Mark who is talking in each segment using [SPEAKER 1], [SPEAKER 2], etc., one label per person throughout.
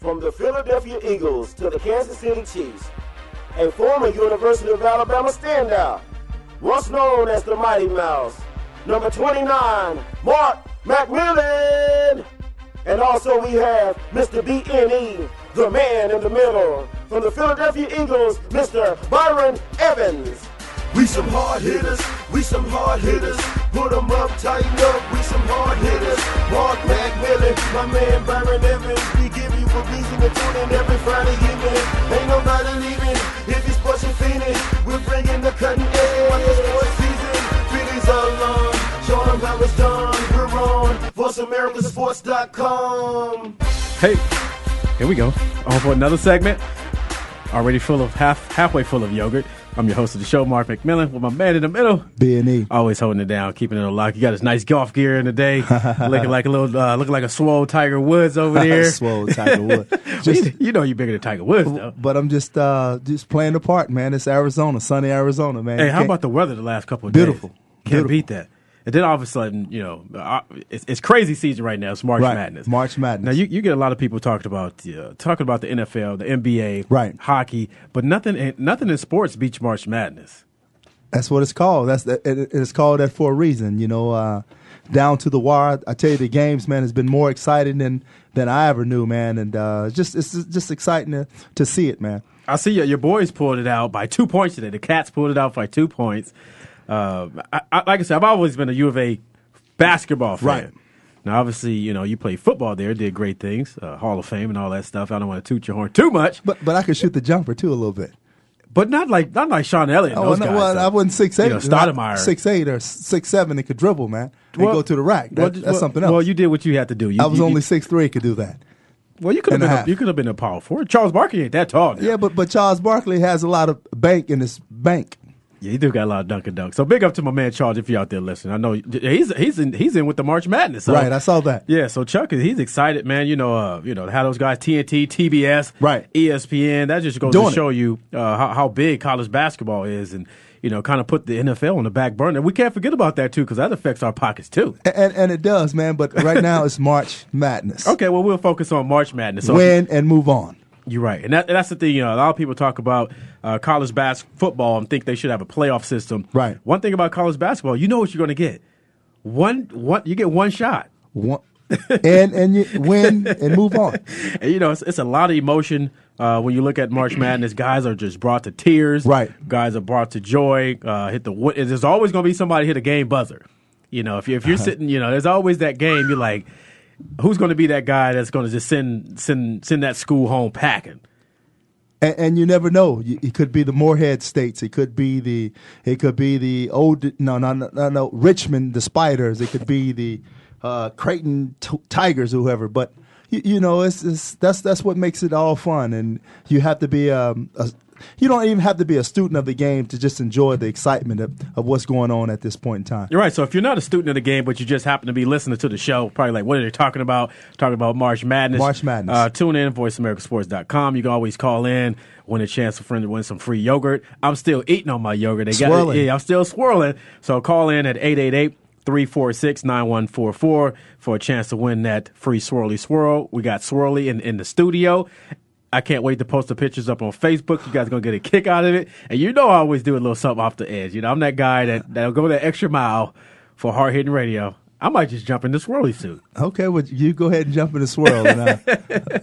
[SPEAKER 1] From the Philadelphia Eagles to the Kansas City Chiefs, a former University of Alabama standout, once known as the Mighty Mouse, number 29, Mark McMillan. And also we have Mr. BNE, E, the man in the middle. From the Philadelphia Eagles, Mr. Byron Evans.
[SPEAKER 2] We some hard hitters, we some hard hitters. Put 'em up, tighten up, we some hard hitters. Mark McMillan, my man Byron Evans. We give you a reason to tune in every Friday evening. Ain't nobody leaving if it's pushing Phoenix. We're bringing the cutting edge. Watch the sports season. Phoenix alone. Show 'em how it's done. We're on VoiceAmericaSports.com.
[SPEAKER 3] Hey, here we go. On for another segment. Already full of half halfway full of yogurt. I'm your host of the show, Mark McMillan, with my man in the middle,
[SPEAKER 4] B and E.
[SPEAKER 3] always holding it down, keeping it on lock. You got his nice golf gear in the day, looking like a little, uh, looking like a swole Tiger Woods over there.
[SPEAKER 4] Swole Tiger Woods. Just-
[SPEAKER 3] you, you know you're bigger than Tiger Woods, though.
[SPEAKER 4] But I'm just uh just playing the part, man. It's Arizona, sunny Arizona, man.
[SPEAKER 3] Hey,
[SPEAKER 4] You
[SPEAKER 3] how
[SPEAKER 4] can't-
[SPEAKER 3] about the weather the last couple of
[SPEAKER 4] Beautiful.
[SPEAKER 3] days? Can't
[SPEAKER 4] Beautiful.
[SPEAKER 3] beat that. And then all of a sudden, you know, uh, it's, it's crazy season right now. It's March
[SPEAKER 4] Right.
[SPEAKER 3] Madness.
[SPEAKER 4] March Madness.
[SPEAKER 3] Now you, you get a lot of people talking about the, uh, talking about the NFL, the NBA,
[SPEAKER 4] Right.
[SPEAKER 3] hockey, but nothing in, nothing in sports beats March Madness.
[SPEAKER 4] That's what it's called. That's it, it- it's called that for a reason. You know, uh, down to the wire. I tell you, the games, man, has been more exciting than than I ever knew, man. And uh, it's just it's just exciting to, to see it, man.
[SPEAKER 3] I see your, your boys pulled it out by two points today. The Cats pulled it out by two points. Uh, I, I, like I said, I've always been a U of A basketball fan.
[SPEAKER 4] Right.
[SPEAKER 3] Now, obviously, you know, you played football there, did great things, uh, Hall of Fame and all that stuff. I don't want to toot your horn too much,
[SPEAKER 4] But but I could shoot the jumper too a little bit.
[SPEAKER 3] but not like not like Sean Elliott. and
[SPEAKER 4] Oh,
[SPEAKER 3] those
[SPEAKER 4] no,
[SPEAKER 3] guys,
[SPEAKER 4] well,
[SPEAKER 3] though.
[SPEAKER 4] I wasn't six eight.
[SPEAKER 3] You know, Stoudemire.
[SPEAKER 4] six eight or six seven. It could dribble, man. And
[SPEAKER 3] Well,
[SPEAKER 4] go to the rack. That-
[SPEAKER 3] well,
[SPEAKER 4] that's
[SPEAKER 3] well,
[SPEAKER 4] something else.
[SPEAKER 3] Well, you did what you had to do. You,
[SPEAKER 4] I was
[SPEAKER 3] you-
[SPEAKER 4] only
[SPEAKER 3] you-
[SPEAKER 4] six three. Could do that.
[SPEAKER 3] well. You could have
[SPEAKER 4] and a
[SPEAKER 3] been. A,
[SPEAKER 4] half.
[SPEAKER 3] you could have been a power forward. Charles Barkley ain't that tall. Now.
[SPEAKER 4] Yeah, but but Charles Barkley has a lot of bank in his bank.
[SPEAKER 3] Yeah, he do got a lot of dunk and dunk. So big up to my man Charles if you're out there listening. I know he's he's in he's in with the March Madness. So.
[SPEAKER 4] Right, I saw that.
[SPEAKER 3] Yeah, so Chuck he's excited, man. You know, uh, you know how those guys TNT, TBS,
[SPEAKER 4] Right.
[SPEAKER 3] E ESPN. That just goes
[SPEAKER 4] Doing
[SPEAKER 3] to
[SPEAKER 4] it.
[SPEAKER 3] show you uh, how, how big college basketball is, and you know, kind of put the NFL on the back burner. We can't forget about that too, because that affects our pockets too.
[SPEAKER 4] A- And and it does, man. But right now it's March Madness.
[SPEAKER 3] Okay, well we'll focus on March Madness. So
[SPEAKER 4] Win and move on.
[SPEAKER 3] You're right, and, that, and that's the thing. You know, a lot of people talk about uh, college bas- football and think they should have a playoff system.
[SPEAKER 4] Right.
[SPEAKER 3] One thing about college basketball, you know what you're going to get. One, one, you get one shot,
[SPEAKER 4] One, and and you win and move on.
[SPEAKER 3] and you know it's, it's a lot of emotion uh, when you look at March Madness. Guys are just brought to tears.
[SPEAKER 4] Right.
[SPEAKER 3] Guys are brought to joy. Uh, hit the. wo- There's always going to be somebody hit a game buzzer. You know, if you if you're
[SPEAKER 4] Uh-huh.
[SPEAKER 3] sitting, you know, there's always that game. You're like, who's going to be that guy that's going to just send send send that school home packing?
[SPEAKER 4] And, and you never know. You- It could be the Moorhead States. It could be the. It could be the old. No, no, no, no. no Richmond, the Spiders. It could be the uh, Creighton t- Tigers, whoever. But you, you know, it's, it's that's that's what makes it all fun. And you have to be. Um, a, you don't even have to be a student of the game to just enjoy the excitement of, of what's going on at this point in time.
[SPEAKER 3] You're right. So if you're not a student of the game, but you just happen to be listening to the show, probably like, what are they talking about? Talking about March Madness.
[SPEAKER 4] March Madness.
[SPEAKER 3] Uh, tune in, voiceamericasports.com. You can always call in, win a chance for friend to win some free yogurt. I'm still eating on my yogurt. They got
[SPEAKER 4] Swirling.
[SPEAKER 3] Yeah, I'm still swirling. So call in at 888 346 9144 for a chance to win that free swirly swirl. We got swirly in, in the studio. I can't wait to post the pictures up on Facebook. You guys gonna get a kick out of it, and you know I always do a little something off the edge. You know I'm that guy that that'll go that extra mile for hard hitting radio. I might just jump in the swirly suit.
[SPEAKER 4] Okay, well, you go ahead and jump in the swirl, and, uh,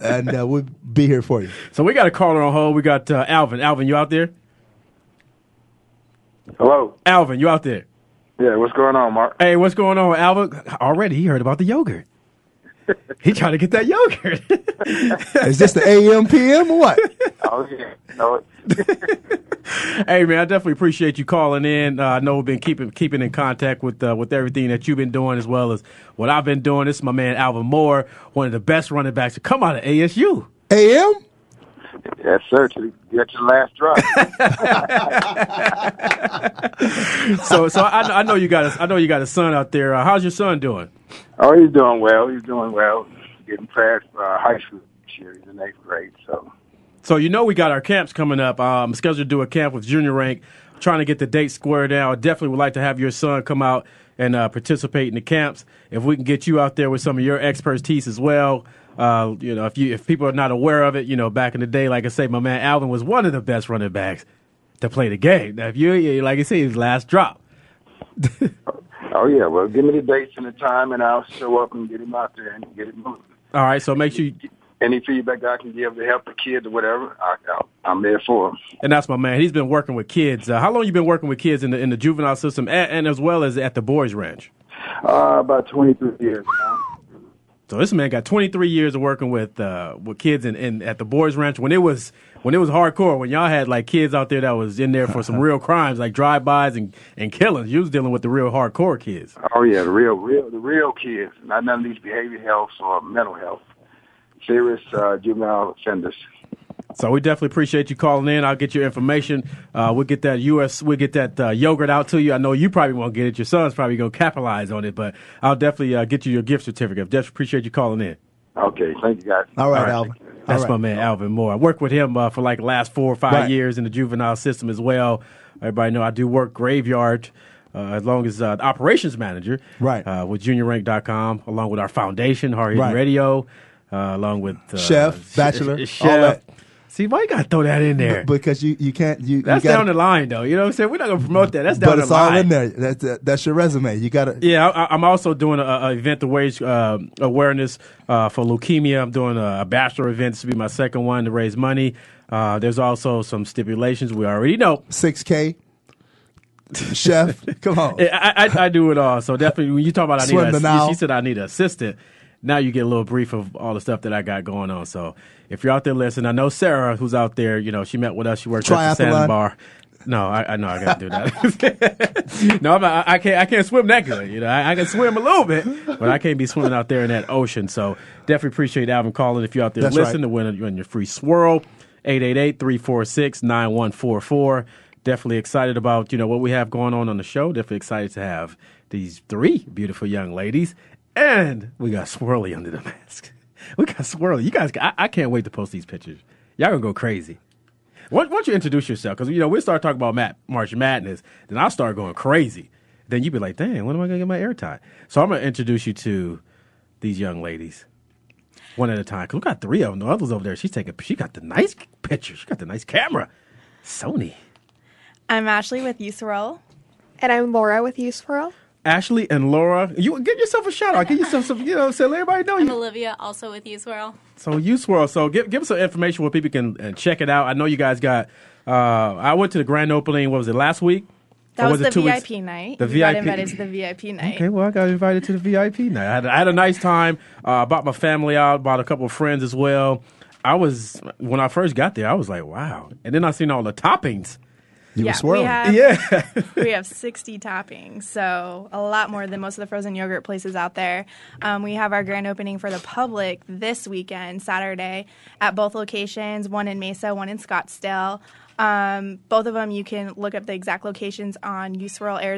[SPEAKER 4] and uh, we'll be here for you.
[SPEAKER 3] So we got a caller on hold. We got uh, Alvin. Alvin, you out there?
[SPEAKER 5] Hello.
[SPEAKER 3] Alvin, you out there?
[SPEAKER 5] Yeah, what's going on, Mark?
[SPEAKER 3] Hey, what's going on, Alvin? Already he heard about the yogurt. He trying to get that yogurt.
[SPEAKER 4] Is this the AM PM or what?
[SPEAKER 5] Oh yeah, no, it's-
[SPEAKER 3] hey man, I definitely appreciate you calling in. Uh, I know we've been keeping keeping in contact with uh, with everything that you've been doing as well as what I've been doing. This is my man Alvin Moore, one of the best running backs to come out of ASU.
[SPEAKER 4] AM?
[SPEAKER 5] yes, sir. To get your last drop.
[SPEAKER 3] So so I, I know you got a, I know you got a son out there. Uh, how's your son doing?
[SPEAKER 5] oh, he's doing well. He's doing well. Getting past uh, high school this year. He's in eighth grade, so
[SPEAKER 3] So you know we got our camps coming up. Um, scheduled to do a camp with Junior Rank, trying to get the date squared out. Definitely would like to have your son come out and uh, participate in the camps. If we can get you out there with some of your expertise as well. Uh, you know, if you if people are not aware of it, you know, back in the day, like I say, my man Alvin was one of the best running backs to play the game. Now, if you you- like I say, his last drop.
[SPEAKER 5] Oh yeah, well, give me the dates and the time, and I'll show up and get him out there and get it moving.
[SPEAKER 3] All right, so make sure you,
[SPEAKER 5] Any feedback I can give to help the kids or whatever, I, I, I'm there for him.
[SPEAKER 3] and that's my man. He's been working with kids. Uh, how long you been working with kids in the in the juvenile system, and, and as well as at the boys' ranch?
[SPEAKER 5] Uh, about 23 years. now.
[SPEAKER 3] So this man got 23 years of working with uh, with kids in, in at the boys ranch when it was when it was hardcore when y'all had like kids out there that was in there for some real crimes like drive-bys and, and killings. You was dealing with the real hardcore kids.
[SPEAKER 5] Oh yeah, the real, real, the real kids. Not none of these behavior health or mental health. Serious uh, juvenile offenders.
[SPEAKER 3] So we definitely appreciate you calling in. I'll get your information. Uh, we'll get that US we'll get that uh, yogurt out to you. I know you probably won't get it. Your son's probably going to capitalize on it, but I'll definitely uh, get you your gift certificate. Definitely appreciate you calling in.
[SPEAKER 5] Okay, thank you guys.
[SPEAKER 4] All right,
[SPEAKER 3] All right.
[SPEAKER 4] Alvin.
[SPEAKER 3] That's
[SPEAKER 4] All
[SPEAKER 3] my
[SPEAKER 4] right.
[SPEAKER 3] man, Alvin Moore. I worked with him uh, for like the last four or five
[SPEAKER 4] Right.
[SPEAKER 3] years in the juvenile system as well. Everybody know I do work graveyard uh, as long as uh, the operations manager
[SPEAKER 4] Right.
[SPEAKER 3] uh, with juniorrank.com, along with our foundation, Hard Hitting
[SPEAKER 4] Right.
[SPEAKER 3] Radio, uh, along with uh,
[SPEAKER 4] Chef,
[SPEAKER 3] Sh-
[SPEAKER 4] Bachelor,
[SPEAKER 3] Sh-
[SPEAKER 4] all
[SPEAKER 3] Chef.
[SPEAKER 4] that.
[SPEAKER 3] See, why you got to throw that in there?
[SPEAKER 4] Because you, you can't you
[SPEAKER 3] That's
[SPEAKER 4] you gotta,
[SPEAKER 3] down the line, though. You know what I'm saying? We're not going to promote that. That's down
[SPEAKER 4] But
[SPEAKER 3] the
[SPEAKER 4] it's
[SPEAKER 3] line.
[SPEAKER 4] all in there. That's that, that's your resume. You gotta
[SPEAKER 3] Yeah, I, I- I'm also doing a, a event to raise uh, awareness uh, for leukemia. I'm doing a, a bachelor event. This will be my second one to raise money. Uh, there's also some stipulations we already know.
[SPEAKER 4] six K chef. Come on.
[SPEAKER 3] I, I, I do it all. So definitely, when you talk about I
[SPEAKER 4] Swim
[SPEAKER 3] need,
[SPEAKER 4] the
[SPEAKER 3] a,
[SPEAKER 4] Nile.
[SPEAKER 3] she said I need an assistant. Now you get a little brief of all the stuff that I got going on. So if you're out there listening, I know Sarah who's out there. You know she met with us. She worked at the
[SPEAKER 4] Triathlon.
[SPEAKER 3] sandbar. No, I, I know I gotta do that. no, I'm not, I can't. I can't swim that good. You know, I, I can swim a little bit, but I can't be swimming out there in that ocean. So definitely appreciate Alvin calling. If you're out there
[SPEAKER 4] That's
[SPEAKER 3] listening,
[SPEAKER 4] right.
[SPEAKER 3] to win you your free swirl 888-346-9144 definitely excited about you know what we have going on on the show definitely excited to have these three beautiful young ladies and we got swirly under the mask we got swirly you guys i, I can't wait to post these pictures y'all gonna go crazy why, why don't you introduce yourself because you know we'll start talking about Matt, march madness then i'll start going crazy then you'd be like dang when am i gonna get my airtime so i'm gonna introduce you to these young ladies one at a time. Cause we got three of them. The others over there. She's taking. She got the nice picture. She got the nice camera. Sony.
[SPEAKER 6] I'm Ashley with Userol.
[SPEAKER 7] And I'm Laura with Useful.
[SPEAKER 3] Ashley and Laura, you give yourself a shout out. Give yourself some. You know, so let everybody know
[SPEAKER 8] I'm
[SPEAKER 3] you.
[SPEAKER 8] Olivia, also with You Swirl.
[SPEAKER 3] So you swirl. So give give us some information where people can uh, check it out. I know you guys got. Uh, I went to the grand opening. What was it last week?
[SPEAKER 6] That
[SPEAKER 3] Or
[SPEAKER 6] was,
[SPEAKER 3] it
[SPEAKER 6] the
[SPEAKER 3] Oh, two weeks-
[SPEAKER 6] VIP night.
[SPEAKER 3] The
[SPEAKER 6] you
[SPEAKER 3] VIP.
[SPEAKER 6] got invited to the VIP night.
[SPEAKER 3] Okay, well, I got invited to the VIP night. I had, I had a nice time. Uh, brought my family out, brought a couple of friends as well. I was when I first got there, I was like, wow. And then I seen all the toppings.
[SPEAKER 4] You
[SPEAKER 6] yeah,
[SPEAKER 4] were swirling.
[SPEAKER 6] We have,
[SPEAKER 3] Yeah.
[SPEAKER 6] we have 60 toppings, so a lot more than most of the frozen yogurt places out there. Um, we have our grand opening for the public this weekend, Saturday, at both locations one in Mesa, one in Scottsdale. Um, both of them, you can look up the exact locations on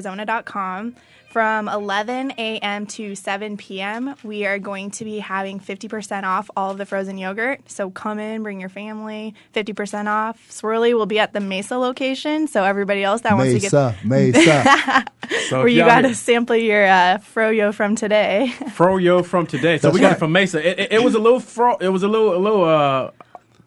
[SPEAKER 6] uswirlarizona.com. From 11 a.m. to 7 p.m., we are going to be having 50% off all of the frozen yogurt. So come in, bring your family, 50% off. Swirly will be at the Mesa location, so everybody else that wants to get
[SPEAKER 4] Mesa, Mesa.
[SPEAKER 3] So
[SPEAKER 6] where
[SPEAKER 3] if
[SPEAKER 6] you
[SPEAKER 3] y'all-
[SPEAKER 6] got to sample your uh, froyo from today.
[SPEAKER 3] froyo from today. So
[SPEAKER 4] That's
[SPEAKER 3] we got
[SPEAKER 4] right.
[SPEAKER 3] it from Mesa. It, it, it was a little fro- it was a little a little uh,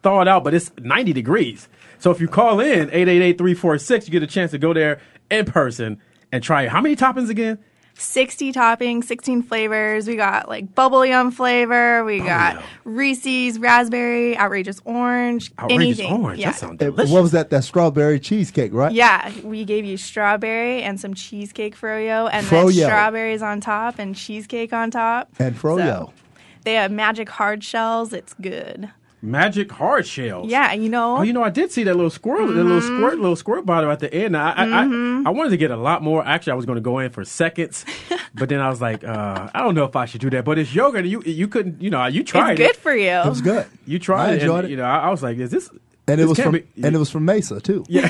[SPEAKER 3] thawed out, but it's 90 degrees. So if you call in 888-346, you get a chance to go there in person and try it. How many toppings again?
[SPEAKER 6] 60 toppings, 16 flavors. We got like bubble yum flavor. We got
[SPEAKER 3] yum.
[SPEAKER 6] Reese's, raspberry, outrageous orange,
[SPEAKER 3] Outrageous
[SPEAKER 6] anything.
[SPEAKER 3] orange.
[SPEAKER 6] Yeah.
[SPEAKER 3] That sounds
[SPEAKER 4] what
[SPEAKER 3] delicious.
[SPEAKER 4] was that? That strawberry cheesecake, right?
[SPEAKER 6] Yeah, we gave you strawberry and some cheesecake froyo, and
[SPEAKER 4] Froyo.
[SPEAKER 6] then strawberries on top and cheesecake on top.
[SPEAKER 4] And froyo.
[SPEAKER 6] So, They have magic hard shells. It's good.
[SPEAKER 3] Magic hard shells.
[SPEAKER 6] Yeah, you know.
[SPEAKER 3] Oh, you know, I did see that little squirrel, that little
[SPEAKER 6] Mm-hmm.
[SPEAKER 3] squirt, little squirt bottle at the end. I, I, I, I wanted to get a lot more. Actually, I was going to go in for seconds, but then I was like, uh, I don't know if I should do that. But it's yogurt. You, you couldn't. You know, you
[SPEAKER 6] it's
[SPEAKER 3] tried
[SPEAKER 6] good
[SPEAKER 3] it.
[SPEAKER 6] for you.
[SPEAKER 4] It was good.
[SPEAKER 3] you tried
[SPEAKER 4] I
[SPEAKER 3] it.
[SPEAKER 4] enjoyed
[SPEAKER 3] and,
[SPEAKER 4] it.
[SPEAKER 3] You know, I, I was like, is this?
[SPEAKER 4] and it
[SPEAKER 3] this
[SPEAKER 4] was
[SPEAKER 3] can't
[SPEAKER 4] from
[SPEAKER 3] be-
[SPEAKER 4] and it was from Mesa too. Yeah,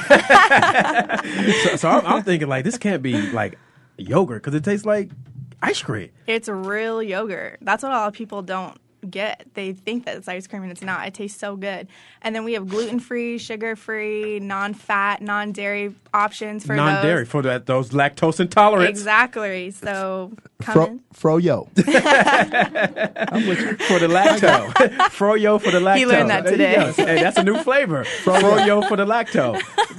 [SPEAKER 3] So, so I'm, I'm thinking like, this can't be like yogurt because it tastes like ice cream.
[SPEAKER 6] It's real yogurt. That's what a lot of people don't get. They think that it's ice cream and it's not. It tastes so good. And then we have gluten free, sugar free, non fat, non dairy options for
[SPEAKER 3] non-dairy
[SPEAKER 6] those.
[SPEAKER 3] for that those lactose intolerant.
[SPEAKER 6] Exactly. So come
[SPEAKER 4] Fro, Froyo.
[SPEAKER 3] for the lacto. Froyo for the lacto.
[SPEAKER 6] He learned that
[SPEAKER 3] There you
[SPEAKER 6] today.
[SPEAKER 3] go. Hey, that's a new flavor. Froyo for the lacto.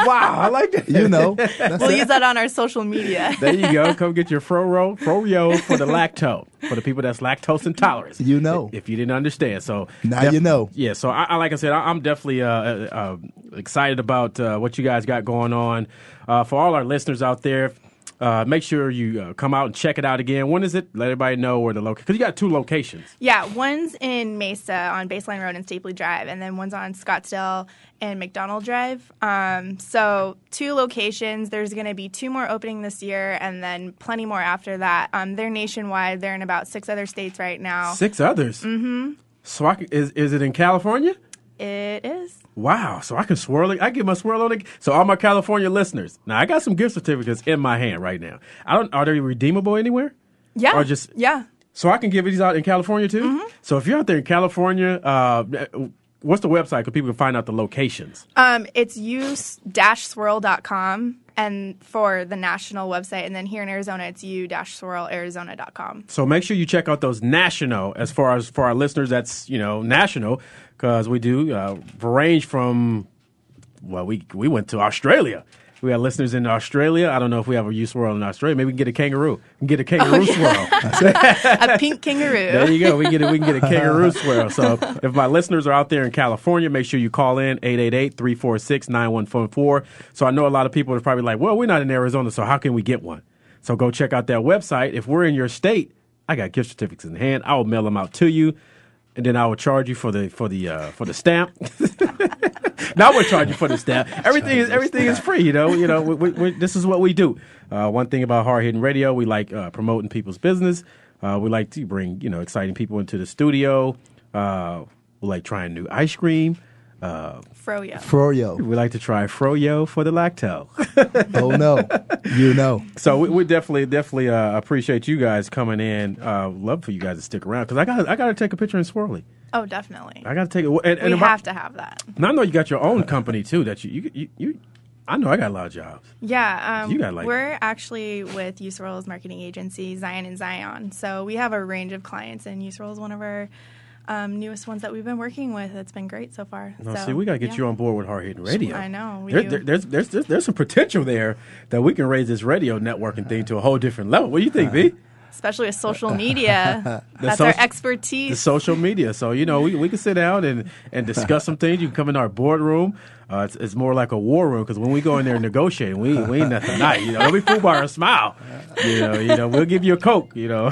[SPEAKER 3] Wow, I like that.
[SPEAKER 4] you know, that's
[SPEAKER 6] in. We'll
[SPEAKER 4] it.
[SPEAKER 6] use that on our social media.
[SPEAKER 3] There you go. Come get your Froro, Froyo for the lacto. For the people that's lactose intolerant.
[SPEAKER 4] You know.
[SPEAKER 3] If you didn't understand. So
[SPEAKER 4] Now you know.
[SPEAKER 3] Yeah, so I, I like I said, I, I'm definitely uh, uh, uh, excited about uh, what you guys got going on. Uh, for all our listeners out there, uh, make sure you uh, come out and check it out again. When is it? Let everybody know where the location. Because you got two locations.
[SPEAKER 6] yeah, one's in Mesa on Baseline Road and Stapley Drive, and then one's on Scottsdale and McDonald Drive. Um, so two locations. There's going to be two more opening this year, and then plenty more after that. Um, they're nationwide. They're in about six other states right now.
[SPEAKER 3] Six others. Mm-hmm. So I can, is is it in California?
[SPEAKER 6] It is.
[SPEAKER 3] Wow! So I can swirl it. I get my swirl on it. So all my California listeners, now I got some gift certificates in my hand right now. I don't. Are they redeemable anywhere?
[SPEAKER 6] Yeah.
[SPEAKER 3] Or just-
[SPEAKER 6] yeah.
[SPEAKER 3] So I can give these out in California too. So if you're out there in California, uh, what's the website? Because people can find out the locations.
[SPEAKER 6] Um, it's u-swirl.com and for the national website, and then here in Arizona, it's u-swirlarizona.com.
[SPEAKER 3] So make sure you check out those national, as far as for our listeners, that's, you know, national, because we do uh, range from, well, we, we went to Australia. We had listeners in Australia. I don't know if we have a U swirl in Australia. Maybe we can get a kangaroo. We can get a kangaroo swirl.
[SPEAKER 6] A pink
[SPEAKER 3] There
[SPEAKER 6] kangaroo.
[SPEAKER 3] you go. We can get a, we can get a kangaroo swirl. So if my listeners are out there in California, make sure you call in 888-346-9144. So I know a lot of people are probably like, well, we're not in Arizona, so how can we get one? So go check out that website. If we're in your state, I got gift certificates in hand. I will mail them out to you. And then I will charge you for the for the uh, for the stamp. now we'll charge you for the stamp. Everything is everything is free. You know, you know. We, we, we, this is what we do. Uh, one thing about hard hitting radio, we like uh, promoting people's business. Uh, we like to bring you know exciting people into the studio. Uh, we like trying new ice cream. Uh,
[SPEAKER 6] Froyo.
[SPEAKER 4] Froyo.
[SPEAKER 3] we like to try froyo for the lacto.
[SPEAKER 4] Oh no, you know.
[SPEAKER 3] So we, we definitely, definitely uh, appreciate you guys coming in. Uh, love for you guys to stick around because I got, I got to take a picture in Swirly.
[SPEAKER 6] Oh, definitely.
[SPEAKER 3] I got to take it. And, and
[SPEAKER 6] we
[SPEAKER 3] if I-
[SPEAKER 6] have to have that.
[SPEAKER 3] And I know you got your own company too. That you, you, you, you I know I got a lot of jobs.
[SPEAKER 6] Yeah, um,
[SPEAKER 3] You gotta like-
[SPEAKER 6] we're actually with Userol's marketing agency, Zion and Zion. So we have a range of clients, and Userol is one of our um, newest ones that we've been working with. It's been great so far.
[SPEAKER 3] No,
[SPEAKER 6] so,
[SPEAKER 3] see, we got to get
[SPEAKER 6] yeah.
[SPEAKER 3] you on board with Hard Hitting Radio.
[SPEAKER 6] I know, we
[SPEAKER 3] There-
[SPEAKER 6] do.
[SPEAKER 3] there- there's, there's, there's, there's some potential there that we can raise this radio networking thing to a whole different level. What do you think, V?
[SPEAKER 6] especially with social media. That's our
[SPEAKER 3] soc-
[SPEAKER 6] expertise.
[SPEAKER 3] The social media. So, you know, we, we can sit down and, and discuss some things. You can come in our boardroom. Uh, it's, it's more like a war room because when we go in there and negotiate, we, we ain't nothing nice. You know, don't be foolbar and smile. You know, you know, we'll give you a Coke, you know.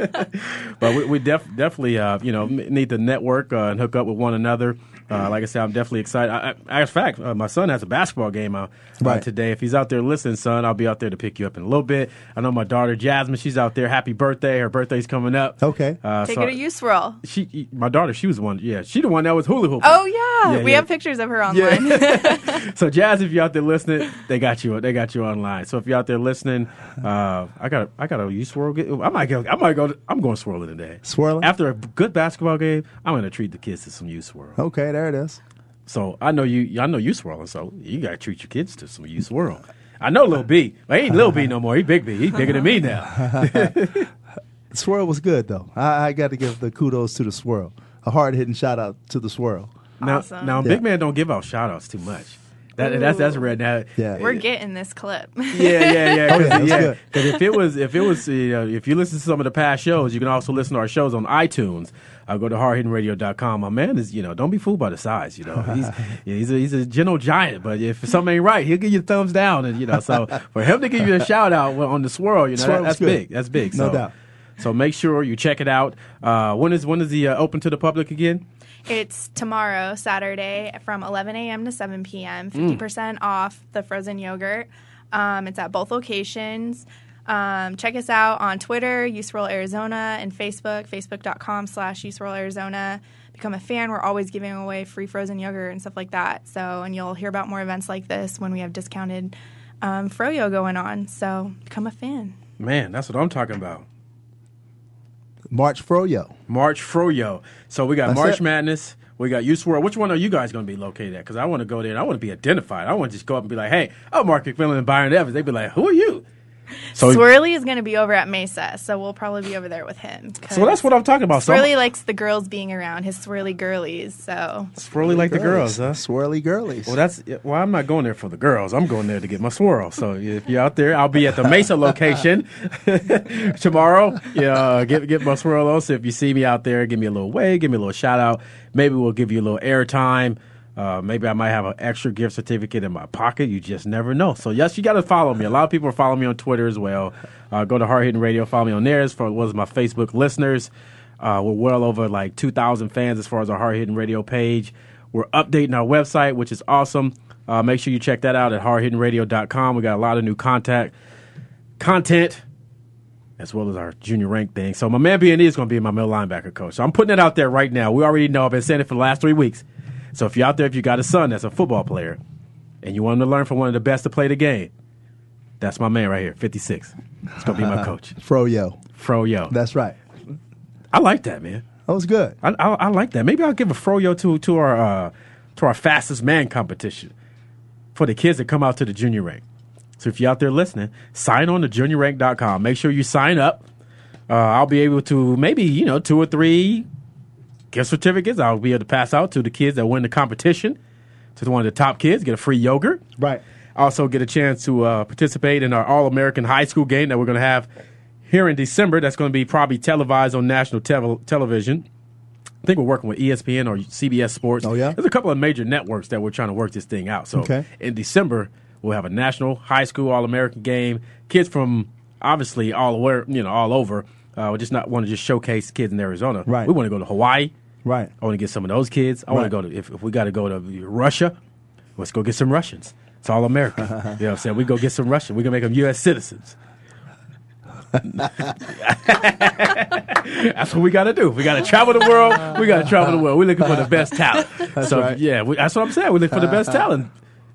[SPEAKER 3] but we, we def- definitely, uh, you know, m- need to network uh, and hook up with one another. Uh, like I said, I'm definitely excited. I, I, as a fact, uh, my son has a basketball game out uh,
[SPEAKER 4] Right.
[SPEAKER 3] today. If he's out there listening, son, I'll be out there to pick you up in a little bit. I know my daughter Jasmine, she's out there. Happy birthday! Her birthday's coming up.
[SPEAKER 4] Okay.
[SPEAKER 3] Uh,
[SPEAKER 6] Take
[SPEAKER 3] so-
[SPEAKER 6] it to Userol.
[SPEAKER 3] she, my daughter, she was the one. Yeah, she the one that was hula hooping.
[SPEAKER 6] Oh yeah.
[SPEAKER 3] Yeah,
[SPEAKER 6] we
[SPEAKER 3] yeah.
[SPEAKER 6] have pictures of her online.
[SPEAKER 3] So Jazz, if you're out there listening, they got you. They got you online. So if you're out there listening, uh, I got, I got to use swirl. Get, I might go. I might go. I'm going swirling today.
[SPEAKER 4] Swirling?
[SPEAKER 3] after a good basketball game, I'm going to treat the kids to some you swirl.
[SPEAKER 4] Okay, there it is.
[SPEAKER 3] So I know you. I know you swirling. So you got to treat your kids to some you swirl. I know Lil B. I ain't Lil B no more. He Big B. He bigger than me now.
[SPEAKER 4] Swirl was good though. I, I got to give the kudos to the Swirl. A hard hitting shout out to the Swirl.
[SPEAKER 3] Now,
[SPEAKER 6] Awesome.
[SPEAKER 3] now
[SPEAKER 4] Yeah.
[SPEAKER 3] big man don't give out shout outs too much. That, that's that's red. Now,
[SPEAKER 4] Yeah.
[SPEAKER 6] We're getting this clip.
[SPEAKER 3] Yeah, yeah, yeah.
[SPEAKER 4] Oh, yeah,
[SPEAKER 3] Cause,
[SPEAKER 4] that was
[SPEAKER 3] yeah.
[SPEAKER 4] good.
[SPEAKER 3] 'Cause if it was, if it was, you know, if you listen to some of the past shows, you can also listen to our shows on iTunes. I go to hardhiddenradio.com. My man is, you know, don't be fooled by the size. You know, he's yeah, he's a, he's a gentle giant, but if something ain't right, he'll give you thumbs down, and you know, so for him to give you a shout out on the swirl, you know,
[SPEAKER 4] Swirl
[SPEAKER 3] that, that's
[SPEAKER 4] was good.
[SPEAKER 3] big. That's big.
[SPEAKER 4] No
[SPEAKER 3] so,
[SPEAKER 4] doubt.
[SPEAKER 3] So make sure you check it out. Uh, when is when is the uh, open to the public again?
[SPEAKER 6] It's tomorrow, Saturday, from 11 a.m. to 7 p.m.
[SPEAKER 3] Mm.
[SPEAKER 6] 50% off the frozen yogurt. Um, it's at both locations. Um, check us out on Twitter, Useful Arizona, and Facebook, facebook.com slash Useful Arizona. Become a fan. We're always giving away free frozen yogurt and stuff like that. So, and you'll hear about more events like this when we have discounted um, froyo going on. So, become a fan.
[SPEAKER 3] Man, that's what I'm talking about.
[SPEAKER 4] March Froyo.
[SPEAKER 3] March Froyo. So we got
[SPEAKER 4] That's
[SPEAKER 3] March
[SPEAKER 4] it.
[SPEAKER 3] Madness. We got Youth World. Which one are you guys going to be located at? Because I want to go there and I want to be identified. I want to just go up and be like, hey, I'm Mark McMillan and Byron Evans. They'd be like, who are you? So,
[SPEAKER 6] Swirly is going to be over at Mesa, so we'll probably be over there with him. 'cause
[SPEAKER 3] so that's what I'm talking about. So I'm-
[SPEAKER 6] Swirly likes the girls being around, his swirly girlies. So
[SPEAKER 3] swirly like the girls, huh?
[SPEAKER 4] Swirly girlies.
[SPEAKER 3] Well, that's yeah, well. I'm not going there for the girls. I'm going there to get my swirl. So if you're out there, I'll be at the Mesa location tomorrow. Yeah, uh, get get my swirl on. So if you see me out there, give me a little wave, give me a little shout out. Maybe we'll give you a little airtime. Uh, maybe I might have an extra gift certificate in my pocket. You just never know. So yes, you got to follow me. A lot of people are following me on Twitter as well. Uh, go to Hard Hitting Radio. Follow me on there as far as my Facebook listeners. Uh, we're well over like 2,000 fans as far as our Hard Hitting Radio page. We're updating our website, which is awesome. Uh, make sure you check that out at hardhiddenradio.com. We got a lot of new contact content as well as our junior rank thing. So my man B and E is going to be my middle linebacker coach. So I'm putting it out there right now. We already know. I've been saying it for the last three weeks. So if you're out there, if you got a son that's a football player and you want him to learn from one of the best to play the game, that's my man right here, 56. It's going to be my coach,
[SPEAKER 4] Froyo.
[SPEAKER 3] Froyo.
[SPEAKER 4] That's right.
[SPEAKER 3] I like that, man.
[SPEAKER 4] That was good.
[SPEAKER 3] I, I, I like that. Maybe I'll give a froyo to to our uh, to our fastest man competition for the kids that come out to the junior rank. So if you're out there listening, sign on to juniorrank.com. Make sure you sign up. Uh, I'll be able to maybe you know two or three gift certificates. I'll be able to pass out to the kids that win the competition, to one of the top kids, get a free yogurt.
[SPEAKER 4] Right.
[SPEAKER 3] Also get a chance to uh, participate in our All American High School game that we're going to have here in December. That's going to be probably televised on national tevel- television. I think we're working with E ESPN or CBS Sports.
[SPEAKER 4] Oh, yeah?
[SPEAKER 3] there's a couple of major networks that we're trying to work this thing out. So
[SPEAKER 4] Okay.
[SPEAKER 3] in December we'll have a national high school All American game. Kids from obviously all over, you know, all over. Uh, we just not want to just showcase kids in Arizona.
[SPEAKER 4] Right.
[SPEAKER 3] We want to go to Hawaii.
[SPEAKER 4] Right.
[SPEAKER 3] I want to get some of those kids. I
[SPEAKER 4] Right.
[SPEAKER 3] want to go to if, if we got to go to Russia, let's go get some Russians. It's all America. you know what I'm saying? We go get some Russian. We can make them U.S. citizens. that's what we got to do. We got to travel the world. We got to travel the world. We're looking for the best talent. so
[SPEAKER 4] right.
[SPEAKER 3] yeah, we, that's what I'm saying. We're looking for the best talent.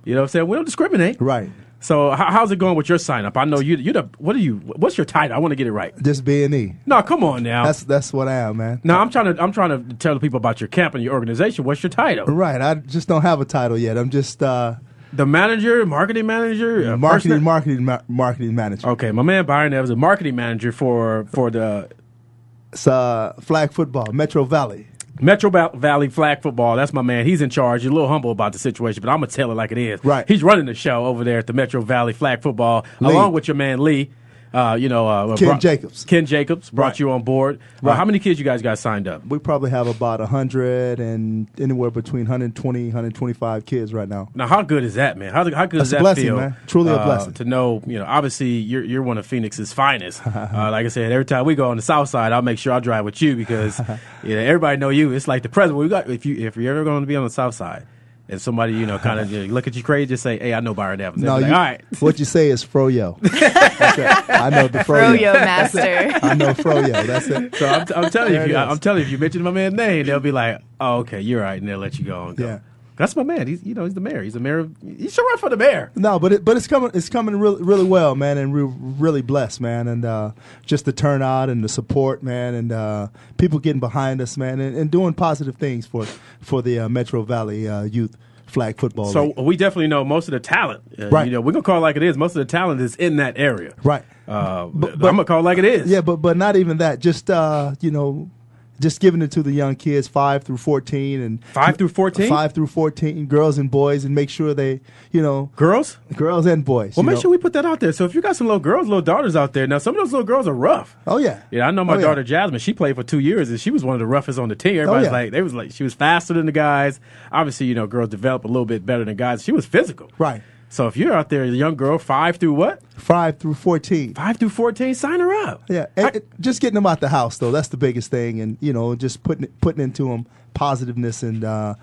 [SPEAKER 3] You know what I'm saying? We don't discriminate.
[SPEAKER 4] Right.
[SPEAKER 3] So how, how's it going with your sign up? I know you. You're the. What are you? What's your title? I want to get it right.
[SPEAKER 4] Just B and E.
[SPEAKER 3] No, come on now.
[SPEAKER 4] That's that's what I am, man.
[SPEAKER 3] no, I'm trying to. I'm trying to tell the people about your camp and your organization. What's your title?
[SPEAKER 4] Right. I just don't have a title yet. I'm just uh,
[SPEAKER 3] The manager, marketing manager, uh,
[SPEAKER 4] marketing,
[SPEAKER 3] person-
[SPEAKER 4] marketing, ma- marketing manager.
[SPEAKER 3] okay, my man Byron Evans, a marketing manager for for the
[SPEAKER 4] It's uh, flag football, Metro Valley.
[SPEAKER 3] Metro Ba- Valley Flag Football. That's my man. He's in charge. You're a little humble about the situation, but I'm gonna tell it like it is.
[SPEAKER 4] Right.
[SPEAKER 3] He's running the show over there at the Metro Valley Flag Football,
[SPEAKER 4] Lee.
[SPEAKER 3] along with your man Lee. Uh, you know, uh,
[SPEAKER 4] Ken Jacobs.
[SPEAKER 3] Ken Jacobs brought
[SPEAKER 4] Right.
[SPEAKER 3] you on board. Uh,
[SPEAKER 4] Right.
[SPEAKER 3] how many kids you guys got signed up?
[SPEAKER 4] We probably have about 100 and anywhere between 120, 125 kids right now.
[SPEAKER 3] Now, how good is that, man? How, how good does
[SPEAKER 4] That's a
[SPEAKER 3] that
[SPEAKER 4] blessing,
[SPEAKER 3] feel?
[SPEAKER 4] man. Truly a
[SPEAKER 3] uh,
[SPEAKER 4] blessing.
[SPEAKER 3] to know. You know, obviously, you're you're one of Phoenix's finest. uh, like I said, every time we go on the South Side, I'll make sure I drive with you because you know, everybody know you. It's like the president. We got if you if you're ever going to be on the South Side, and somebody you know kind of you know, look at you crazy, just say, "Hey, I know Byron Evans." They'll be like,
[SPEAKER 4] you,
[SPEAKER 3] all right.
[SPEAKER 4] what you say is froyo. That's it. I know the
[SPEAKER 3] Oh,
[SPEAKER 4] froyo.
[SPEAKER 6] Froyo master.
[SPEAKER 4] I know froyo. That's it.
[SPEAKER 3] So I'm, I'm telling you,
[SPEAKER 4] There
[SPEAKER 3] if you
[SPEAKER 4] it
[SPEAKER 3] I-
[SPEAKER 4] is.
[SPEAKER 3] I'm telling you, if you mention my man's name, they'll be like, "Oh, okay, you're right," and they'll let you go on. Go.
[SPEAKER 4] Yeah.
[SPEAKER 3] That's my man. He's you know he's the mayor. He's the mayor. Of, he should run for the mayor.
[SPEAKER 4] No, but it, but it's coming it's coming really really well, man, and we're really blessed, man, and uh, just the turnout and the support, man, and uh, people getting behind us, man, and, and doing positive things for for the uh, Metro Valley uh, youth flag football.
[SPEAKER 3] So
[SPEAKER 4] League.
[SPEAKER 3] we definitely know most of the talent. Uh,
[SPEAKER 4] Right.
[SPEAKER 3] You know, we're gonna call it like it is. Most of the talent is in that area.
[SPEAKER 4] Right.
[SPEAKER 3] Uh,
[SPEAKER 4] But-
[SPEAKER 3] I'm gonna call it like it is.
[SPEAKER 4] Yeah, but but not even that. Just uh, you know, just giving it to the young kids, five through fourteen, and
[SPEAKER 3] Five through 14?
[SPEAKER 4] five through fourteen, girls and boys, and make sure they, you know,
[SPEAKER 3] Girls.
[SPEAKER 4] girls and boys.
[SPEAKER 3] Well,
[SPEAKER 4] you
[SPEAKER 3] make
[SPEAKER 4] know.
[SPEAKER 3] sure we put that out there. So if you got some little girls, little daughters out there, now some of those little girls are rough.
[SPEAKER 4] Oh yeah.
[SPEAKER 3] Yeah, I know my
[SPEAKER 4] Oh, yeah.
[SPEAKER 3] daughter Jasmine. She played for two years, and she was one of the roughest on the team. Everybody's
[SPEAKER 4] yeah.
[SPEAKER 3] like, they was like, she was faster than the guys. Obviously, you know, girls develop a little bit better than guys. She was physical,
[SPEAKER 4] Right.
[SPEAKER 3] So if you're out there, a young girl, five through what?
[SPEAKER 4] Five through fourteen.
[SPEAKER 3] Five through 14, sign her up.
[SPEAKER 4] Yeah, and, and just getting them out the house though. That's the biggest thing, and you know, just putting putting into them positiveness and. Uh,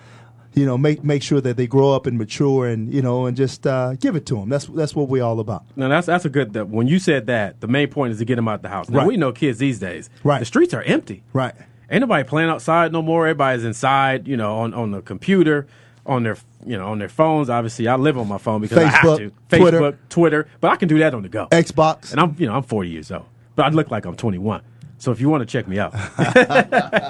[SPEAKER 4] you know, make make sure that they grow up and mature, and you know, and just uh, give it to them. That's that's what we're all about.
[SPEAKER 3] Now that's that's a good. That when you said that, the main point is to get them out the house. Now
[SPEAKER 4] Right.
[SPEAKER 3] we know kids these days.
[SPEAKER 4] Right.
[SPEAKER 3] The streets are empty.
[SPEAKER 4] Right.
[SPEAKER 3] Ain't nobody playing outside no more. Everybody's inside. You know, on on the computer, on their you know on their phones. Obviously, I live on my phone because I have
[SPEAKER 4] Facebook,
[SPEAKER 3] to.
[SPEAKER 4] Twitter.
[SPEAKER 3] Facebook, Twitter, but I can do that on the go.
[SPEAKER 4] Xbox.
[SPEAKER 3] And I'm you know I'm 40 years old, but I look like I'm 21. So if you want to check me out,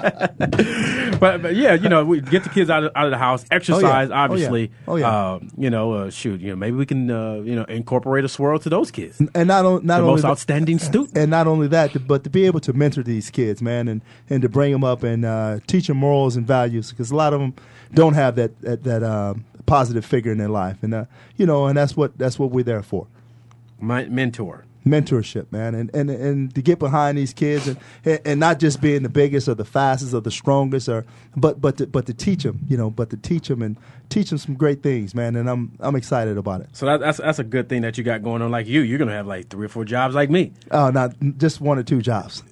[SPEAKER 3] but, but yeah, you know, we get the kids out of, out of the house, exercise,
[SPEAKER 4] Oh, yeah.
[SPEAKER 3] obviously.
[SPEAKER 4] Oh, yeah.
[SPEAKER 3] Um, you know, uh, shoot, you know, maybe we can uh, you know incorporate a swirl to those kids, the
[SPEAKER 4] and not on, not only
[SPEAKER 3] most
[SPEAKER 4] that- uh,
[SPEAKER 3] outstanding student.
[SPEAKER 4] and not only that, but to be able to mentor these kids, man, and, and to bring them up and uh, teach them morals and values, because a lot of them don't have that that, that um, positive figure in their life, and uh, you know, and that's what that's what we're there for,
[SPEAKER 3] My mentor.
[SPEAKER 4] mentorship, man, and and, and to get behind these kids, and, and and not just being the biggest or the fastest or the strongest, or but but to, but to teach them, you know, but to teach them and teach them some great things, man, and I'm I'm excited about it.
[SPEAKER 3] So that, that's that's a good thing that you got going on. Like you, you're gonna have like three or four jobs, like me.
[SPEAKER 4] Oh, not just one or two jobs.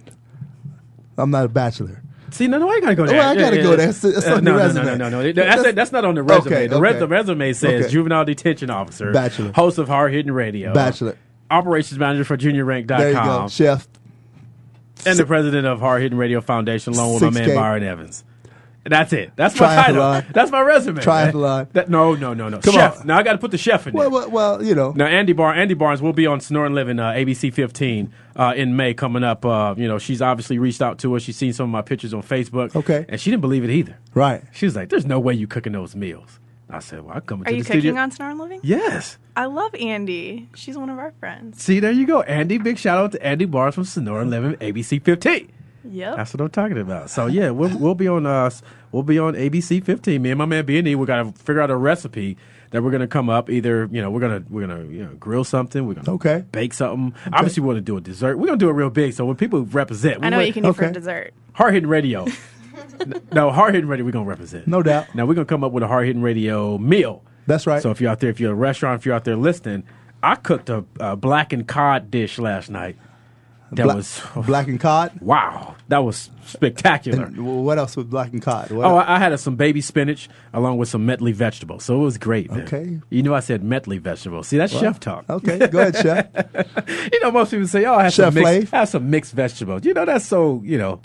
[SPEAKER 4] I'm not a bachelor.
[SPEAKER 3] See, no, no, I gotta go there.
[SPEAKER 4] Well, I gotta go there. It's- it's
[SPEAKER 3] Uh, no,
[SPEAKER 4] on the
[SPEAKER 3] no,
[SPEAKER 4] resume.
[SPEAKER 3] No, no, no, no. That's,
[SPEAKER 4] That's-
[SPEAKER 3] that's not on the resume.
[SPEAKER 4] Okay,
[SPEAKER 3] the, res-
[SPEAKER 4] okay.
[SPEAKER 3] the resume says
[SPEAKER 4] Okay.
[SPEAKER 3] juvenile detention officer,
[SPEAKER 4] Bachelor.
[SPEAKER 3] host of Hard Hitting Radio,
[SPEAKER 4] Bachelor.
[SPEAKER 3] operations manager for
[SPEAKER 4] There you go,
[SPEAKER 3] JuniorRank.com,
[SPEAKER 4] chef.
[SPEAKER 3] and the president of Hard Hitting Radio Foundation, along with my man
[SPEAKER 4] 6K.
[SPEAKER 3] Byron Evans. And That's it. That's my title.
[SPEAKER 4] Triathlon.
[SPEAKER 3] That's my resume. man.
[SPEAKER 4] Triathlon.
[SPEAKER 3] That, no, no, no, no.
[SPEAKER 4] Come
[SPEAKER 3] chef.
[SPEAKER 4] on.
[SPEAKER 3] Now I got to put the chef in there.
[SPEAKER 4] Well, well, well, you know.
[SPEAKER 3] Now, Andy Bar Andy Barnes will be on Snoring Living uh, ABC 15 uh, in May coming up. Uh, you know, she's obviously reached out to us. She's seen some of my pictures on Facebook.
[SPEAKER 4] Okay.
[SPEAKER 3] and she didn't believe it either.
[SPEAKER 4] Right.
[SPEAKER 3] She was like, "There's no way you cooking those meals." I said, "Well, I'm coming
[SPEAKER 6] Are
[SPEAKER 3] to
[SPEAKER 6] you
[SPEAKER 3] the studio."
[SPEAKER 6] cooking on Snarl Living?
[SPEAKER 3] yes.
[SPEAKER 6] I love Andy. She's one of our friends.
[SPEAKER 3] See, there you go, Andy. Big shout out to Andy Barnes from Sonoran Living ABC 15.
[SPEAKER 6] Yep.
[SPEAKER 3] That's what I'm talking about. So yeah, we'll, we'll be on uh, we'll be on ABC 15. Me and my man B and E, we got to figure out a recipe that we're gonna come up. Either you know we're gonna we're gonna you know grill something. We're gonna
[SPEAKER 4] Okay.
[SPEAKER 3] bake something. Obviously, we want to do a dessert. We're gonna do it real big. So when people represent,
[SPEAKER 6] I know what you can do for
[SPEAKER 4] okay.
[SPEAKER 6] dessert.
[SPEAKER 3] Hard hitting radio. N- no, hard hitting radio. We're gonna represent.
[SPEAKER 4] No doubt.
[SPEAKER 3] Now we're gonna come up with a hard hitting radio meal.
[SPEAKER 4] That's right.
[SPEAKER 3] So if you're out there, if you're a restaurant, if you're out there listening, I cooked a, uh blackened cod dish last night. That
[SPEAKER 4] Black,
[SPEAKER 3] was
[SPEAKER 4] black and cod.
[SPEAKER 3] wow. That was spectacular.
[SPEAKER 4] And w- what else with black and cod? What
[SPEAKER 3] Oh,
[SPEAKER 4] else?
[SPEAKER 3] I, I had uh, some baby spinach along with some metly vegetables, so it was great. Man.
[SPEAKER 4] Okay.
[SPEAKER 3] you know I said metly vegetables. See, that's chef talk.
[SPEAKER 4] okay, go ahead, chef.
[SPEAKER 3] You know, most people say, "Oh, I have some
[SPEAKER 4] Chef
[SPEAKER 3] mixed,
[SPEAKER 4] Lave?
[SPEAKER 3] I have some mixed vegetables." You know, that's so you know,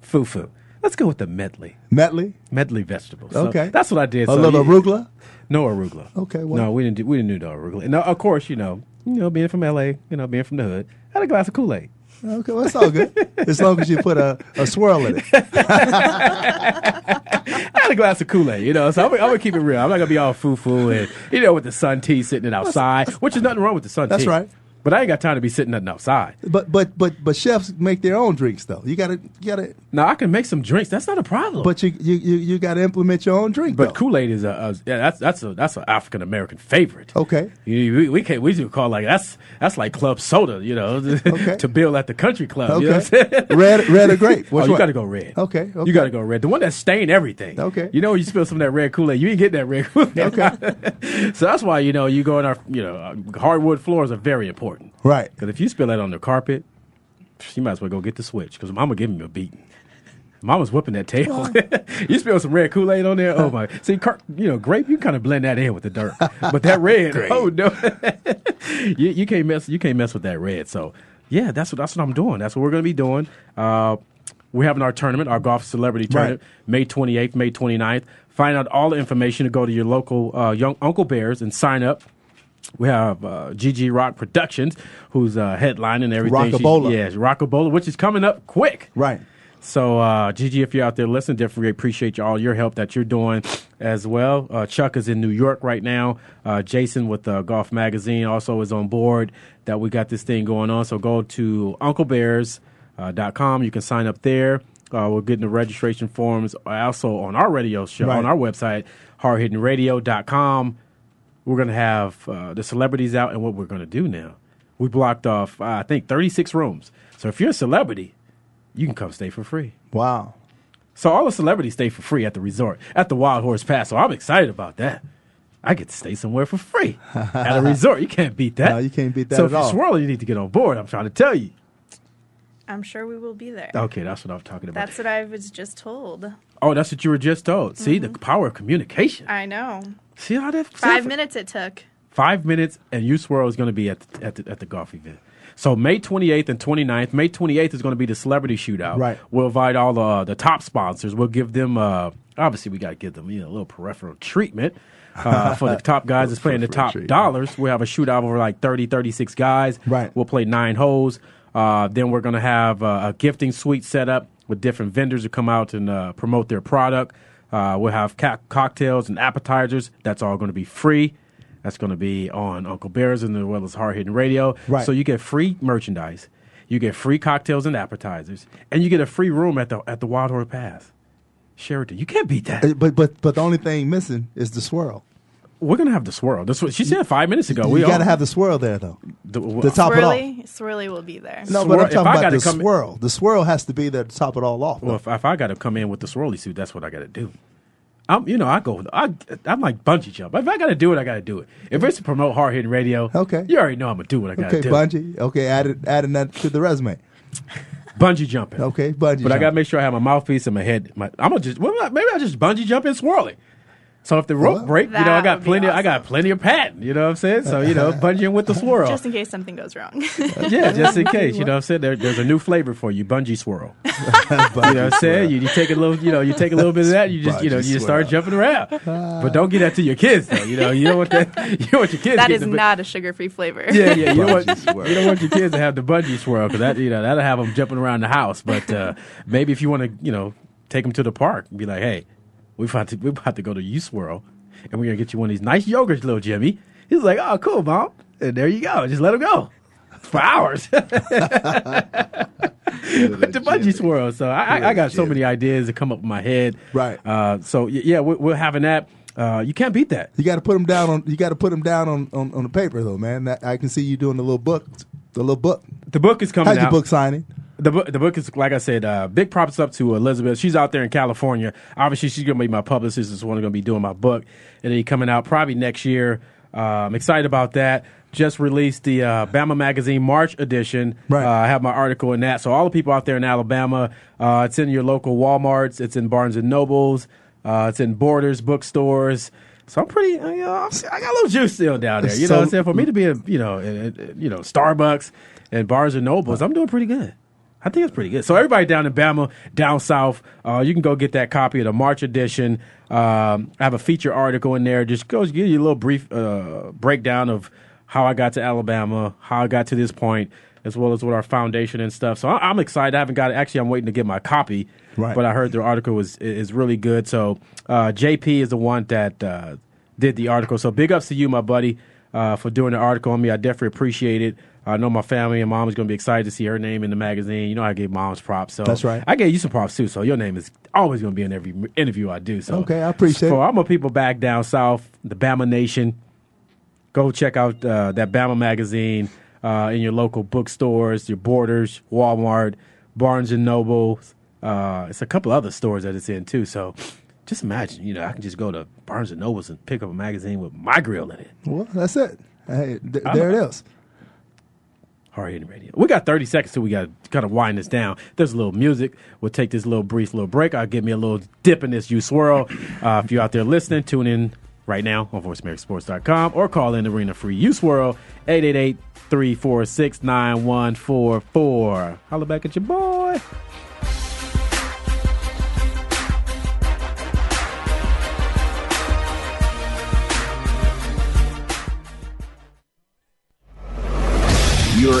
[SPEAKER 3] foo foo. Let's go with the medley,
[SPEAKER 4] Metley.
[SPEAKER 3] medley vegetables. So
[SPEAKER 4] Okay,
[SPEAKER 3] that's what I did.
[SPEAKER 4] A
[SPEAKER 3] So,
[SPEAKER 4] little
[SPEAKER 3] yeah.
[SPEAKER 4] arugula.
[SPEAKER 3] no arugula.
[SPEAKER 4] Okay, well-
[SPEAKER 3] no, we didn't do we didn't do no arugula. No, of course, you know, you know, being from L.A., you know, being from the hood, I had a glass of Kool Aid.
[SPEAKER 4] Okay, well, that's all good. as long as you put a, a swirl in it.
[SPEAKER 3] I had a glass of Kool Aid, you know, so I'm, gonna- I'm gonna keep it real. I'm not gonna be all foo foo and you know with the sun tea sitting it outside, which is nothing wrong with the sun
[SPEAKER 4] That's
[SPEAKER 3] tea.
[SPEAKER 4] right.
[SPEAKER 3] But I ain't got time to be sitting nothing outside.
[SPEAKER 4] But but but but chefs make their own drinks though. You gotta you gotta.
[SPEAKER 3] Now I can make some drinks. That's not a problem.
[SPEAKER 4] But you you you, you gotta implement your own drink.
[SPEAKER 3] but
[SPEAKER 4] though.
[SPEAKER 3] Kool Aid is a, a yeah, that's that's a that's an African American favorite.
[SPEAKER 4] Okay.
[SPEAKER 3] You, we, we can't we do call like that's that's like club soda, you know, to bill at the country club. You know what I'm saying?
[SPEAKER 4] Okay. red red or grape.
[SPEAKER 3] oh,
[SPEAKER 4] Which
[SPEAKER 3] you
[SPEAKER 4] one?
[SPEAKER 3] got to go red.
[SPEAKER 4] Okay, okay.
[SPEAKER 3] You got to go red. The one that stained everything.
[SPEAKER 4] Okay.
[SPEAKER 3] You know, when you spill some of that red Kool Aid, you ain't getting that red Kool Aid.
[SPEAKER 4] Okay.
[SPEAKER 3] so that's why, you know, you go in our, you know, uh, hardwood floors are very important.
[SPEAKER 4] Right.
[SPEAKER 3] Because if you spill that on the carpet, psh, you might as well go get the switch because mama giving me a beating. Mama's whipping that tail. you spill some red Kool Aid on there. Oh my! See, car- you know, grape. You kind of blend that in with the dirt, but that red. oh no! you, you can't mess. You can't mess with that red. So yeah, that's what that's what I'm doing. That's what we're gonna be doing. Uh, we're having our tournament, our golf celebrity tournament, May 28th, May 29th. Find out all the information to go to your local uh, young Uncle Bears and sign up. We have uh, GG Rock Productions, who's uh, headlining everything. She's-
[SPEAKER 4] Rockabola.
[SPEAKER 3] Yes, Rockabola, which is coming up quick.
[SPEAKER 4] Right.
[SPEAKER 3] So, uh, Gigi, if you're out there listening, definitely appreciate you all your help that you're doing as well. Uh, Chuck is in New York right now. Uh, Jason with uh, Golf Magazine also is on board that we got this thing going on. So, go to unclebears.com. You can sign up there. Uh, we're getting the registration forms also on our radio show,
[SPEAKER 4] Right.
[SPEAKER 3] on our website, hardhiddenradio.com. We're going to have uh, the celebrities out, and what we're going to do now. We blocked off, uh, I think, 36 rooms. So, if you're a celebrity, you can come stay for free.
[SPEAKER 4] Wow.
[SPEAKER 3] So all the celebrities stay for free at the resort, at the Wild Horse Pass. So I'm excited about that. I get to stay somewhere for free at a resort. You can't beat that.
[SPEAKER 4] No, you can't beat that
[SPEAKER 3] So
[SPEAKER 4] at
[SPEAKER 3] if you're
[SPEAKER 4] all.
[SPEAKER 3] swirling, you need to get on board. I'm trying to tell you.
[SPEAKER 6] I'm sure we will be there.
[SPEAKER 3] Okay, that's what I'm talking about.
[SPEAKER 6] That's what I was just told.
[SPEAKER 3] oh, that's what you were just told. See the power of communication.
[SPEAKER 6] I know.
[SPEAKER 3] See how that
[SPEAKER 6] Mm-hmm. Five
[SPEAKER 3] see-
[SPEAKER 6] minutes it took.
[SPEAKER 3] five minutes, and you swirl is going to be at the, at the, at the golf event. So May 28th and 29th. May 28th is going to be the celebrity shootout.
[SPEAKER 4] Right.
[SPEAKER 3] We'll invite all the the top sponsors. We'll give them uh, obviously we got to give them you know, a little peripheral treatment uh, for the top guys that's playing the
[SPEAKER 4] Peripheral
[SPEAKER 3] top
[SPEAKER 4] treatment.
[SPEAKER 3] dollars. We'll have a shootout over like 30, 36 guys.
[SPEAKER 4] Right.
[SPEAKER 3] We'll play nine holes. Uh, then we're going to have uh, a gifting suite set up with different vendors who come out and uh, promote their product. Uh, we'll have ca- cocktails and appetizers. That's all going to be free. That's going to be on Uncle Bear's and as well as Hard Hitting Radio.
[SPEAKER 4] Right.
[SPEAKER 3] So you get free merchandise, you get free cocktails and appetizers, and you get a free room at the at the Wild Horse Pass. Sheraton, you can't beat that.
[SPEAKER 4] Uh, But but but the only thing missing is the swirl.
[SPEAKER 3] We're gonna have the swirl. That's what she said five minutes ago. we
[SPEAKER 4] you got to
[SPEAKER 3] all-
[SPEAKER 4] have the swirl there though.
[SPEAKER 3] the,
[SPEAKER 4] The top it off.
[SPEAKER 6] Swirly, Swirly will be there.
[SPEAKER 4] No,
[SPEAKER 3] Swirl-
[SPEAKER 4] but I'm
[SPEAKER 3] if I
[SPEAKER 4] talking about
[SPEAKER 3] gotta
[SPEAKER 4] the
[SPEAKER 3] come-
[SPEAKER 4] swirl. The swirl has to be there to top it all off.
[SPEAKER 3] Well, if, if I got to come in with the swirly suit, that's what I got to do. I'm, you know, I go. I, I'm like bungee jump. If I got to do it, I got to do it. If it's to promote hard hitting radio,
[SPEAKER 4] Okay.
[SPEAKER 3] you already know I'm gonna do what I got to
[SPEAKER 4] okay,
[SPEAKER 3] do.
[SPEAKER 4] bungee. Okay, added adding that to the resume.
[SPEAKER 3] Bungee jumping.
[SPEAKER 4] Okay, bungee.
[SPEAKER 3] but I got to
[SPEAKER 4] jump.
[SPEAKER 3] make sure I have my mouthpiece and my head. My, I'm gonna just well, maybe I just bungee jump and swirly. So if the rope
[SPEAKER 4] Well-
[SPEAKER 3] break, you know, I
[SPEAKER 6] That
[SPEAKER 3] got
[SPEAKER 6] would be
[SPEAKER 3] plenty. I got
[SPEAKER 6] awesome.
[SPEAKER 3] plenty of patent. You know what I'm saying? So you know, bungeeing with the swirl.
[SPEAKER 6] Just in case something goes wrong.
[SPEAKER 3] yeah, just in case. You know what I'm saying? There, there's a new flavor for you, bungee swirl. You know what I'm saying? You, you take a little, you know, you take a little bit of that. You just, you know,
[SPEAKER 4] Bungee
[SPEAKER 3] you just start jumping around. But don't get that to your kids, though. You know, you don't want that. You don't want your kids.
[SPEAKER 6] that
[SPEAKER 3] getting
[SPEAKER 6] is
[SPEAKER 3] the bu-
[SPEAKER 6] not a sugar-free flavor.
[SPEAKER 3] Yeah, yeah. You don't,
[SPEAKER 4] Bungee
[SPEAKER 3] want,
[SPEAKER 4] swirl.
[SPEAKER 3] you don't want your kids to have the bungee swirl because that, you know, that'll have them jumping around the house. But uh, maybe if you want to, you know, take them to the park and be like, hey, we about to, we about to go to U Swirl, and we're gonna get you one of these nice yogurts, little Jimmy. He's like, oh, cool, mom. And there you go. Just let him go for hours. with the bungee swirl. So I, I, I got so many ideas that come up in my head.
[SPEAKER 4] Right.
[SPEAKER 3] Uh, so y- yeah, we're, we're having that. Uh, you can't beat that.
[SPEAKER 4] You got to put them down on. You got to put 'em down on, on, on the paper though, man. That, I can see you doing the little book. The little book.
[SPEAKER 3] The book is coming
[SPEAKER 4] How's your
[SPEAKER 3] out.
[SPEAKER 4] book signing?
[SPEAKER 3] The book, the book is like I said. Uh, big props up to Elizabeth. She's out there in California. Obviously, she's going to be my publicist. Is one going to be doing my book, and then coming out probably next year. Uh, I'm excited about that. Just released the uh, Bama Magazine March edition.
[SPEAKER 4] Right.
[SPEAKER 3] Uh, I have my article in that. So all the people out there in Alabama, uh, it's in your local WalMarts. It's in Barnes and Nobles. Uh, it's in Borders bookstores. So I'm pretty. uh, You know, I'm, I got a little juice still down there. You know,
[SPEAKER 4] So-
[SPEAKER 3] what I'm saying for me to be a you know in, in- you know Starbucks and Barnes and Nobles, I'm doing pretty good. I think it's pretty good. So everybody down in Bama, down south, uh, you can go get that copy of the March edition. Um, I have a feature article in there. Just goes give you a little brief uh, breakdown of how I got to Alabama, how I got to this point, as well as what our foundation and stuff. So I, I'm excited. I haven't got it. Actually, I'm waiting to get my copy.
[SPEAKER 4] Right.
[SPEAKER 3] But I heard the article was is really good. So uh, JP is the one that uh, did the article. So big ups to you, my buddy, uh, for doing the article on me. I definitely appreciate it. I know my family and mom is going to be excited to see her name in the magazine. You know, I gave mom's props. So
[SPEAKER 4] That's right.
[SPEAKER 3] I gave you some props too. So your name is always going to be in every interview I do. So
[SPEAKER 4] Okay, I appreciate
[SPEAKER 3] For
[SPEAKER 4] it.
[SPEAKER 3] all my people back down south, the Bama Nation, go check out uh, that Bama magazine uh, in your local bookstores, your Borders, Walmart, Barnes and Noble. Uh, it's a couple other stores that it's in too. So just imagine, you know, I can just go to Barnes and Nobles and pick up a magazine with my grill in it.
[SPEAKER 4] Well, that's it. Hey, th- there it is.
[SPEAKER 3] Hard hitting radio. We got 30 seconds, so we got to kind of wind this down. There's a little music. We'll take this little brief little break. I'll give me a little dip in this you swirl. Uh, if you're out there listening, tune in right now on voiceamericasports.com or call in Arena Free You Swirl 888 346 9144. Holla back at your boy.
[SPEAKER 8] Your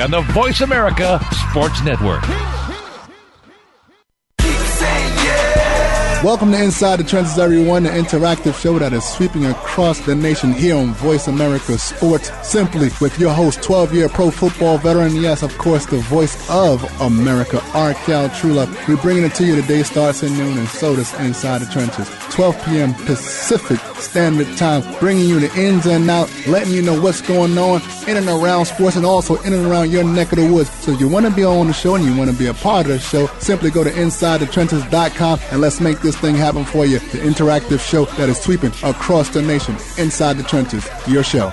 [SPEAKER 9] on the Voice America Sports Network.
[SPEAKER 10] Welcome to Inside the Trenches, everyone, the interactive show that is sweeping across the nation here on Voice America Sports Simply with your host, 12 year pro football veteran, yes, of course, the voice of America, R. Cal Trula. We're bringing it to you today, starts at noon, and so does Inside the Trenches. 12 p.m. Pacific Standard Time, bringing you the ins and out, letting you know what's going on in and around sports and also in and around your neck of the woods. So if you want to be on the show and you want to be a part of the show, simply go to InsideTheTrenches.com and let's make this thing happen for you. The interactive show that is sweeping across the nation. Inside the Trenches, your show.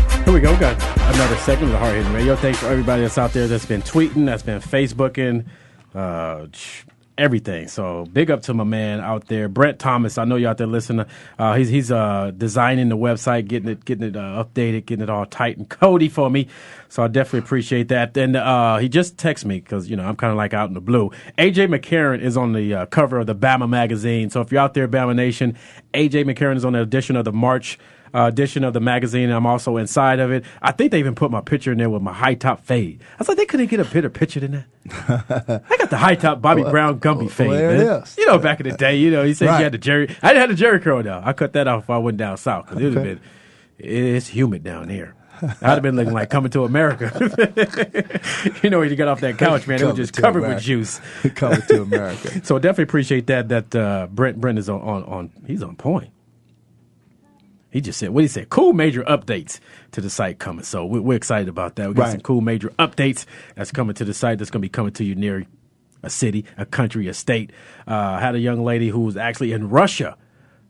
[SPEAKER 3] Here we go. We got another segment of Hard Hitting Radio. Thanks for everybody that's out there that's been tweeting, that's been Facebooking, uh, sh- everything. So big up to my man out there, Brent Thomas. I know you out there listening. Uh, he's he's uh, designing the website, getting it getting it uh, updated, getting it all tight and cody for me. So I definitely appreciate that. And uh, he just texted me because you know I'm kind of like out in the blue. AJ McCarron is on the uh, cover of the Bama magazine. So if you're out there, Bama Nation, AJ McCarron is on the edition of the March uh, edition of the magazine. I'm also inside of it. I think they even put my picture in there with my high top fade. I was like, they couldn't get a better picture than that. I got the high top Bobby Brown Gumby fade.
[SPEAKER 4] there it
[SPEAKER 3] man.
[SPEAKER 4] is.
[SPEAKER 3] You know, back in the day, you know, he said
[SPEAKER 4] Right.
[SPEAKER 3] he had the Jerry. I didn't have the Jerry curl though. I cut that off if I went down south because it would have
[SPEAKER 4] Okay.
[SPEAKER 3] been. It's humid down here. I'd have been looking like coming to America. you know, when you got off that couch, man, it was
[SPEAKER 4] Coming
[SPEAKER 3] just
[SPEAKER 4] to
[SPEAKER 3] covered with
[SPEAKER 4] America.
[SPEAKER 3] juice.
[SPEAKER 4] Coming to America.
[SPEAKER 3] So definitely appreciate that. That uh, Brent Brent is on, on on he's on point. He just said what he said. Cool major updates to the site coming. So we're, we're excited about that. We got
[SPEAKER 4] Right.
[SPEAKER 3] some cool major updates that's coming to the site. That's going to be coming to you near a city, a country, a state. Uh, had a young lady who was actually in Russia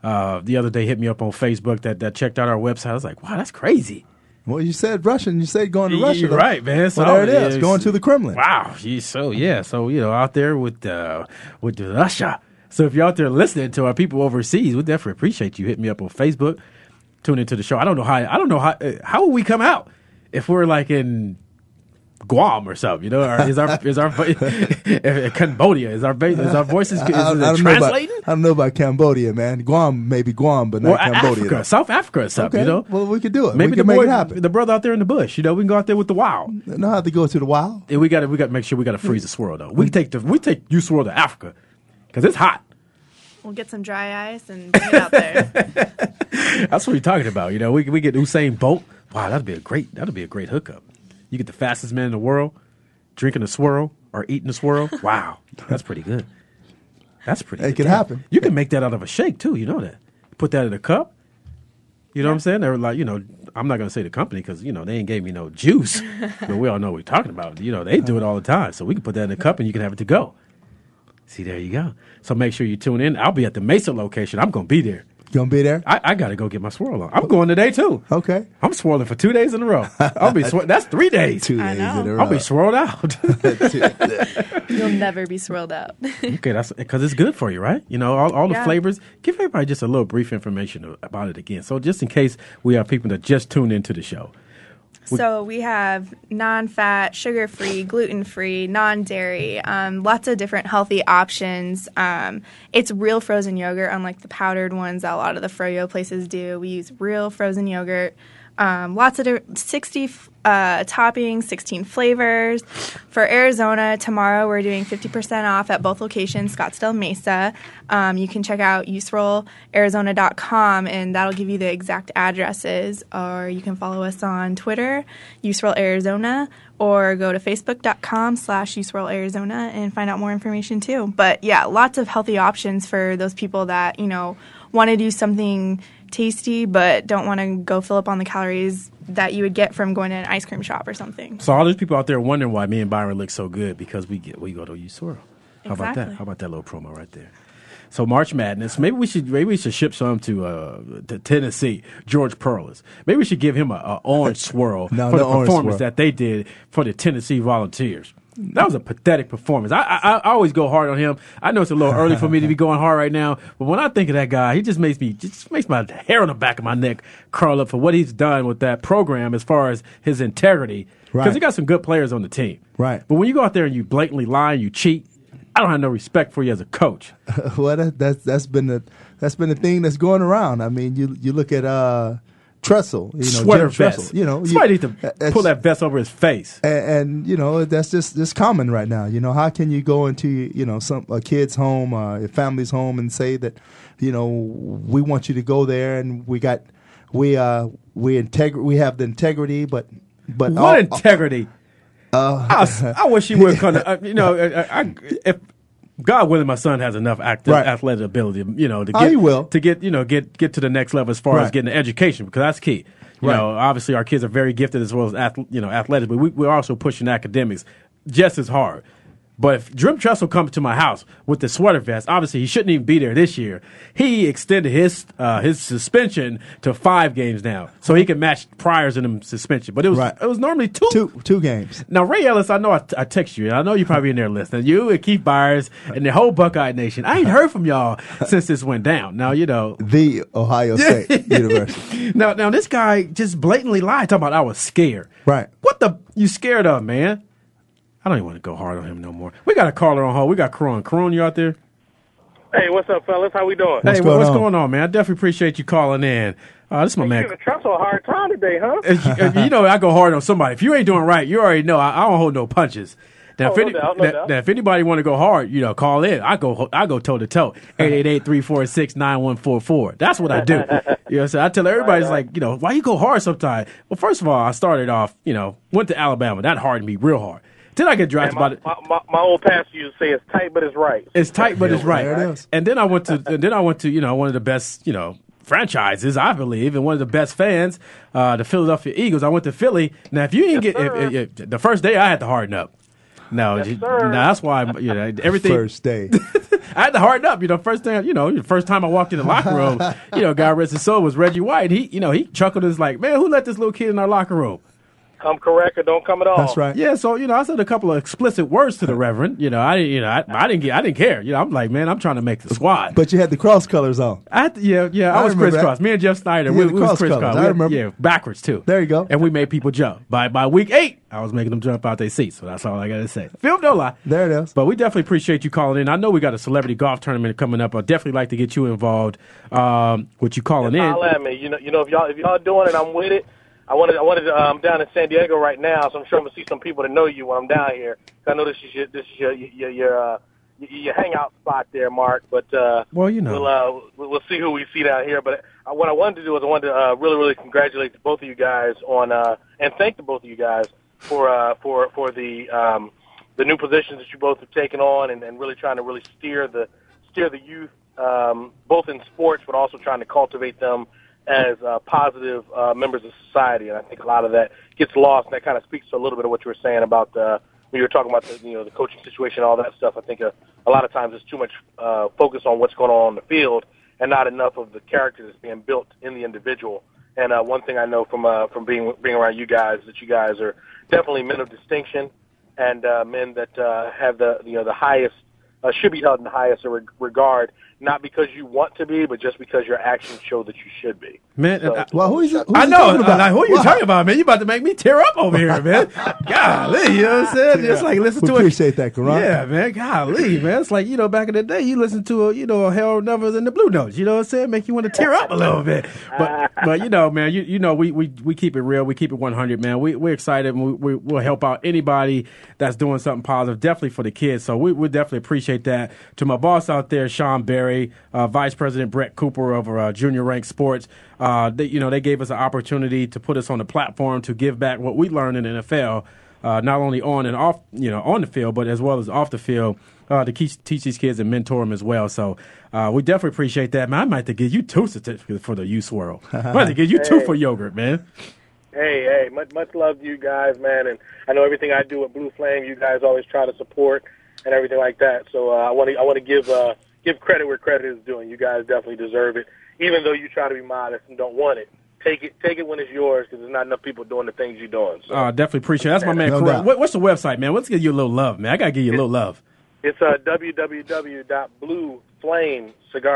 [SPEAKER 3] uh, the other day hit me up on Facebook that that checked out our website. I was like, wow, that's crazy.
[SPEAKER 4] Well, you said Russian. You said going to
[SPEAKER 3] Y-
[SPEAKER 4] Russia.
[SPEAKER 3] you're
[SPEAKER 4] though.
[SPEAKER 3] right, man. So
[SPEAKER 4] well, there it is.
[SPEAKER 3] it's-
[SPEAKER 4] Going to the Kremlin.
[SPEAKER 3] Wow. Gee, So yeah. So you know, out there with uh, with Russia. So if you're out there listening to our people overseas, we definitely appreciate you. Hit me up on Facebook. Tune into the show. I don't know how. I don't know how. Uh, how will we come out if we're like in Guam or something? You know, or is our is our Cambodia is our ba- is our voices is,
[SPEAKER 4] I, I- I
[SPEAKER 3] it
[SPEAKER 4] don't know about, I
[SPEAKER 3] translating?
[SPEAKER 4] don't know about Cambodia, man. Guam, maybe Guam, but
[SPEAKER 3] Or
[SPEAKER 4] not
[SPEAKER 3] A-
[SPEAKER 4] Cambodia.
[SPEAKER 3] Africa,
[SPEAKER 4] though.
[SPEAKER 3] South Africa, or something.
[SPEAKER 4] Okay,
[SPEAKER 3] You know,
[SPEAKER 4] well, we could do it. We
[SPEAKER 3] Maybe
[SPEAKER 4] could
[SPEAKER 3] the
[SPEAKER 4] make
[SPEAKER 3] boy-
[SPEAKER 4] it happen.
[SPEAKER 3] The brother out there in the bush. You know, we can go out there with the wild.
[SPEAKER 4] know how to go to the wild.
[SPEAKER 3] And we got to we got to make sure we got to freeze the swirl though. We take the we take you swirl to Africa because it's hot.
[SPEAKER 6] We'll get some dry ice and bring it out there.
[SPEAKER 3] That's what we're talking about. You know, we we get Usain Bolt. Wow, that'd be a great that'd be a great hookup. You get the fastest man in the world drinking a swirl or eating a swirl. Wow, that's pretty good. That's pretty.
[SPEAKER 4] It
[SPEAKER 3] good
[SPEAKER 4] could
[SPEAKER 3] deal.
[SPEAKER 4] happen.
[SPEAKER 3] You can make that out of a shake too. You know that. Put that in a cup. You know what I'm saying? They're like, you know, I'm not gonna say the company because you know they ain't gave me no juice, but we all know what we're talking about. You know, they do it all the time, so we can put that in a cup and you can have it to go. See, there you go. So make sure you tune in. I'll be at the Mesa location. I'm gonna be there.
[SPEAKER 4] Gonna be there.
[SPEAKER 3] I, I gotta go get my swirl on. I'm going today too.
[SPEAKER 4] Okay.
[SPEAKER 3] I'm swirling for two days in a row. I'll be swir- that's three days.
[SPEAKER 4] Two days in a row.
[SPEAKER 3] I'll be swirled out.
[SPEAKER 6] You'll never be swirled out.
[SPEAKER 3] okay, that's because it's good for you, right? You know, all, all the
[SPEAKER 6] Yeah.
[SPEAKER 3] flavors. Give everybody just a little brief information a- about it again. So just in case we have people that just tune into the show. We-
[SPEAKER 6] So we have non-fat, sugar-free, gluten-free, non-dairy, um, lots of different healthy options. Um, it's real frozen yogurt, unlike the powdered ones that a lot of the froyo places do. We use real frozen yogurt. Um, lots of di- 60 f- uh, toppings, 16 flavors. For Arizona, tomorrow we're doing 50% off at both locations, Scottsdale Mesa. Um, you can check out userollarizona.com and that'll give you the exact addresses. Or you can follow us on Twitter, Useroll Arizona, or go to facebook.com slash Useroll Arizona and find out more information too. But yeah, lots of healthy options for those people that, you know, want to do something tasty but don't want to go fill up on the calories that you would get from going to an ice cream shop or something.
[SPEAKER 3] So all those people out there wondering why me and Byron look so good because we get we go to Usora. How about that?
[SPEAKER 6] Exactly.
[SPEAKER 3] How about that little promo right there? So March Madness. Maybe we should maybe we should ship some to uh, to Tennessee. George Perlis. Maybe we should give him a, a orange swirl
[SPEAKER 4] No,
[SPEAKER 3] for
[SPEAKER 4] no
[SPEAKER 3] the
[SPEAKER 4] orange
[SPEAKER 3] performance
[SPEAKER 4] swirl.
[SPEAKER 3] that they did for the Tennessee Volunteers. That was a pathetic performance. I, I I always go hard on him. I know it's a little early for me to be going hard right now, but when I think of that guy, he just makes me just makes my hair on the back of my neck curl up for what he's done with that program as far as his integrity. Because
[SPEAKER 4] Right.
[SPEAKER 3] he got some good players on the team.
[SPEAKER 4] Right.
[SPEAKER 3] But when you go out there and you blatantly lie and you cheat, I don't have no respect for you as a coach.
[SPEAKER 4] well, that, that's that's been the that's been the thing that's going around. I mean, you you look at uh, Tressel, you know,
[SPEAKER 3] Sweater
[SPEAKER 4] Jim Tressel,
[SPEAKER 3] vest.
[SPEAKER 4] you know, you-
[SPEAKER 3] Somebody needs to pull that vest over his face.
[SPEAKER 4] and, and you know that's just just common right now. You know, how can you go into you know some a kid's home, uh, a family's home, and say that you know we want you to go there and we got we uh we integ- we have the integrity, but but
[SPEAKER 3] What integrity?
[SPEAKER 4] Uh,
[SPEAKER 3] I, s- I wish he would come. To, uh, you know, uh, I, I, if God willing, my son has enough active,
[SPEAKER 4] Right.
[SPEAKER 3] athletic ability. You know, to
[SPEAKER 4] Oh,
[SPEAKER 3] get
[SPEAKER 4] he will.
[SPEAKER 3] to get you know get get to the next level as far as
[SPEAKER 4] Right.
[SPEAKER 3] getting an education because that's key. You
[SPEAKER 4] Right.
[SPEAKER 3] know, obviously our kids are very gifted as well as ath- you know athletic, but we, we're also pushing academics just as hard. But if Jim Tressel comes to my house with the sweater vest, obviously he shouldn't even be there this year. He extended his uh, his suspension to five games now, so he can match priors in him suspension. But it was
[SPEAKER 4] Right.
[SPEAKER 3] it was normally two
[SPEAKER 4] two two games.
[SPEAKER 3] now, Ray Ellis, I know I, I text you, and I know you're probably in there listening. You and Keith Byers and the whole Buckeye Nation. I ain't heard from y'all since this went down. Now, you know.
[SPEAKER 4] The Ohio State University.
[SPEAKER 3] Now, now this guy just blatantly lied, talking about I was scared.
[SPEAKER 4] Right.
[SPEAKER 3] What the? You scared of, man? I don't even want to go hard on him no more. We got a caller on hold. We got Karon. Karon, you out there?
[SPEAKER 11] Hey, what's up, fellas? How we doing?
[SPEAKER 3] hey, what's going on, man? I definitely appreciate you calling in. Uh, this is my man.
[SPEAKER 11] Giving Trump a hard time today, huh?
[SPEAKER 3] If you, if you know, I go hard on somebody. If you ain't doing right, you already know I, I don't hold no punches.
[SPEAKER 11] Oh,
[SPEAKER 3] Now, if
[SPEAKER 11] no
[SPEAKER 3] any-
[SPEAKER 11] doubt, no
[SPEAKER 3] now-
[SPEAKER 11] doubt.
[SPEAKER 3] now, if anybody want to go hard, you know, call in. I go, ho- I go toe to toe. 888-346-9144. That's what I do. you know, what I'm saying? I tell everybody's like, you know, why you go hard sometimes? Well, first of all, I started off, you know, went to Alabama. That hardened me real hard. Then I get drafted by the,
[SPEAKER 11] My, my, my old pastor used to say it's tight, but it's right.
[SPEAKER 3] it's tight, but it's right.
[SPEAKER 11] There it
[SPEAKER 3] And then I went to, and then I went to, you know, one of the best, you know, franchises, I believe, and one of the best fans, uh, the Philadelphia Eagles. I went to Philly. Now, if you didn't get if, if, if- the first day, I had to harden up. No, you- no, that's why you know everything.
[SPEAKER 4] First day,
[SPEAKER 3] I had to harden up. You know, first thing, you know, the first time I walked in the locker room, you know, God rest his soul was Reggie White. He, you know, he chuckled and was like, "Man, who let this little kid in our locker room?"
[SPEAKER 11] Come correct or don't come at all.
[SPEAKER 3] Yeah, so you know, I said a couple of explicit words to the Reverend. You know, I didn't, you know, I, I didn't get, I didn't care. You know, I'm like, man, I'm trying to make the squad.
[SPEAKER 4] but you had the cross colors on.
[SPEAKER 3] I had to- yeah, yeah, I,
[SPEAKER 4] I
[SPEAKER 3] was
[SPEAKER 4] remember
[SPEAKER 3] crisscross. Me and Jeff Snyder,
[SPEAKER 4] Yeah,
[SPEAKER 3] we,
[SPEAKER 4] the
[SPEAKER 3] we was
[SPEAKER 4] cross
[SPEAKER 3] crisscross.
[SPEAKER 4] colors.
[SPEAKER 3] We
[SPEAKER 4] I
[SPEAKER 3] had-
[SPEAKER 4] remember.
[SPEAKER 3] Yeah, backwards too. There
[SPEAKER 4] you go.
[SPEAKER 3] And we made people jump. By by week eight, I was making them jump out their seats. So that's all I gotta say. Film no lie.
[SPEAKER 4] There it is.
[SPEAKER 3] But we definitely appreciate you calling in. I know we got a celebrity golf tournament coming up. I'd definitely like to get you involved. Um, with you calling in.
[SPEAKER 11] Holla at me. You know, you know, if y'all if y'all doing it, I'm with it. I wanted I wanted to, um, down in San Diego right now, so I'm sure I'm gonna see some people that know you when I'm down here. I know this is your this is your your your, uh, your- your hangout spot there, Mark. But uh,
[SPEAKER 3] Well, you know.
[SPEAKER 11] we'll, uh, we'll we'll see who we see down here. But I, what I wanted to do is I wanted to uh, really really congratulate both of you guys on uh, and thank the both of you guys for uh, for for the um, the new positions that you both have taken on and, and really trying to really steer the steer the youth um, both in sports but also trying to cultivate them as uh, positive uh, members of society. And I think a lot of that gets lost, and that kind of speaks to a little bit of what you were saying about uh, when you were talking about the you know the coaching situation, and all that stuff. I think a, a lot of times there's too much uh, focus on what's going on on the field and not enough of the character that's being built in the individual. And uh, one thing I know from uh, from being being around you guys that you guys are definitely men of distinction and uh, men that uh, have the you know the highest uh, should be held in the highest reg- regard, not because you want to be, but just because your actions show that you should be.
[SPEAKER 3] Man,
[SPEAKER 11] So-
[SPEAKER 3] I-
[SPEAKER 4] Well, who is it?
[SPEAKER 3] I
[SPEAKER 4] he
[SPEAKER 3] know.
[SPEAKER 4] talking about?
[SPEAKER 3] Now, who are you
[SPEAKER 4] Wow.
[SPEAKER 3] talking about, man? You about to make me tear up over here, man. golly, you know what I'm saying? It's like listen
[SPEAKER 4] we
[SPEAKER 3] to it.
[SPEAKER 4] appreciate that, Karan.
[SPEAKER 3] Yeah, man. Golly, man. It's like you know, back in the day, you listen to a, you know a Harold Numbers and the Blue Notes. You know what I'm saying? Make you want to tear up a little bit. But but you know, man, you you know, we we, we keep it real. We keep it 100, man. We we're excited. And we, we we'll help out anybody that's doing something positive, definitely for the kids. So we we definitely appreciate that. To my boss out there, Sean Berry, uh, Vice President Brett Cooper over uh, Junior Rank Sports. Uh, they, you know, they gave us an opportunity to put us on the platform to give back what we learned in the NFL uh, not only on and off, you know, on the field, but as well as off the field uh, to teach, teach these kids and mentor them as well. So uh, we definitely appreciate that, man. I might have to give you two certificates for the youth swirl. I might have to give you two
[SPEAKER 11] Hey.
[SPEAKER 3] for yogurt, man.
[SPEAKER 11] Hey, hey, much, much love to you guys, man. And I know everything I do at Blue Flame, you guys always try to support and everything like that. So uh, I want to, I want to give, uh, give credit where credit is due. And you guys definitely deserve it, even though you try to be modest and don't want it. Take it, take it when it's yours, because there's not enough people doing the things you're doing. So
[SPEAKER 3] Uh, definitely appreciate it. That's my man.
[SPEAKER 11] No
[SPEAKER 3] Correct.
[SPEAKER 11] doubt.
[SPEAKER 3] What, what's the website, man? Let's give you a little love, man. I got to give you a little love.
[SPEAKER 11] it's uh,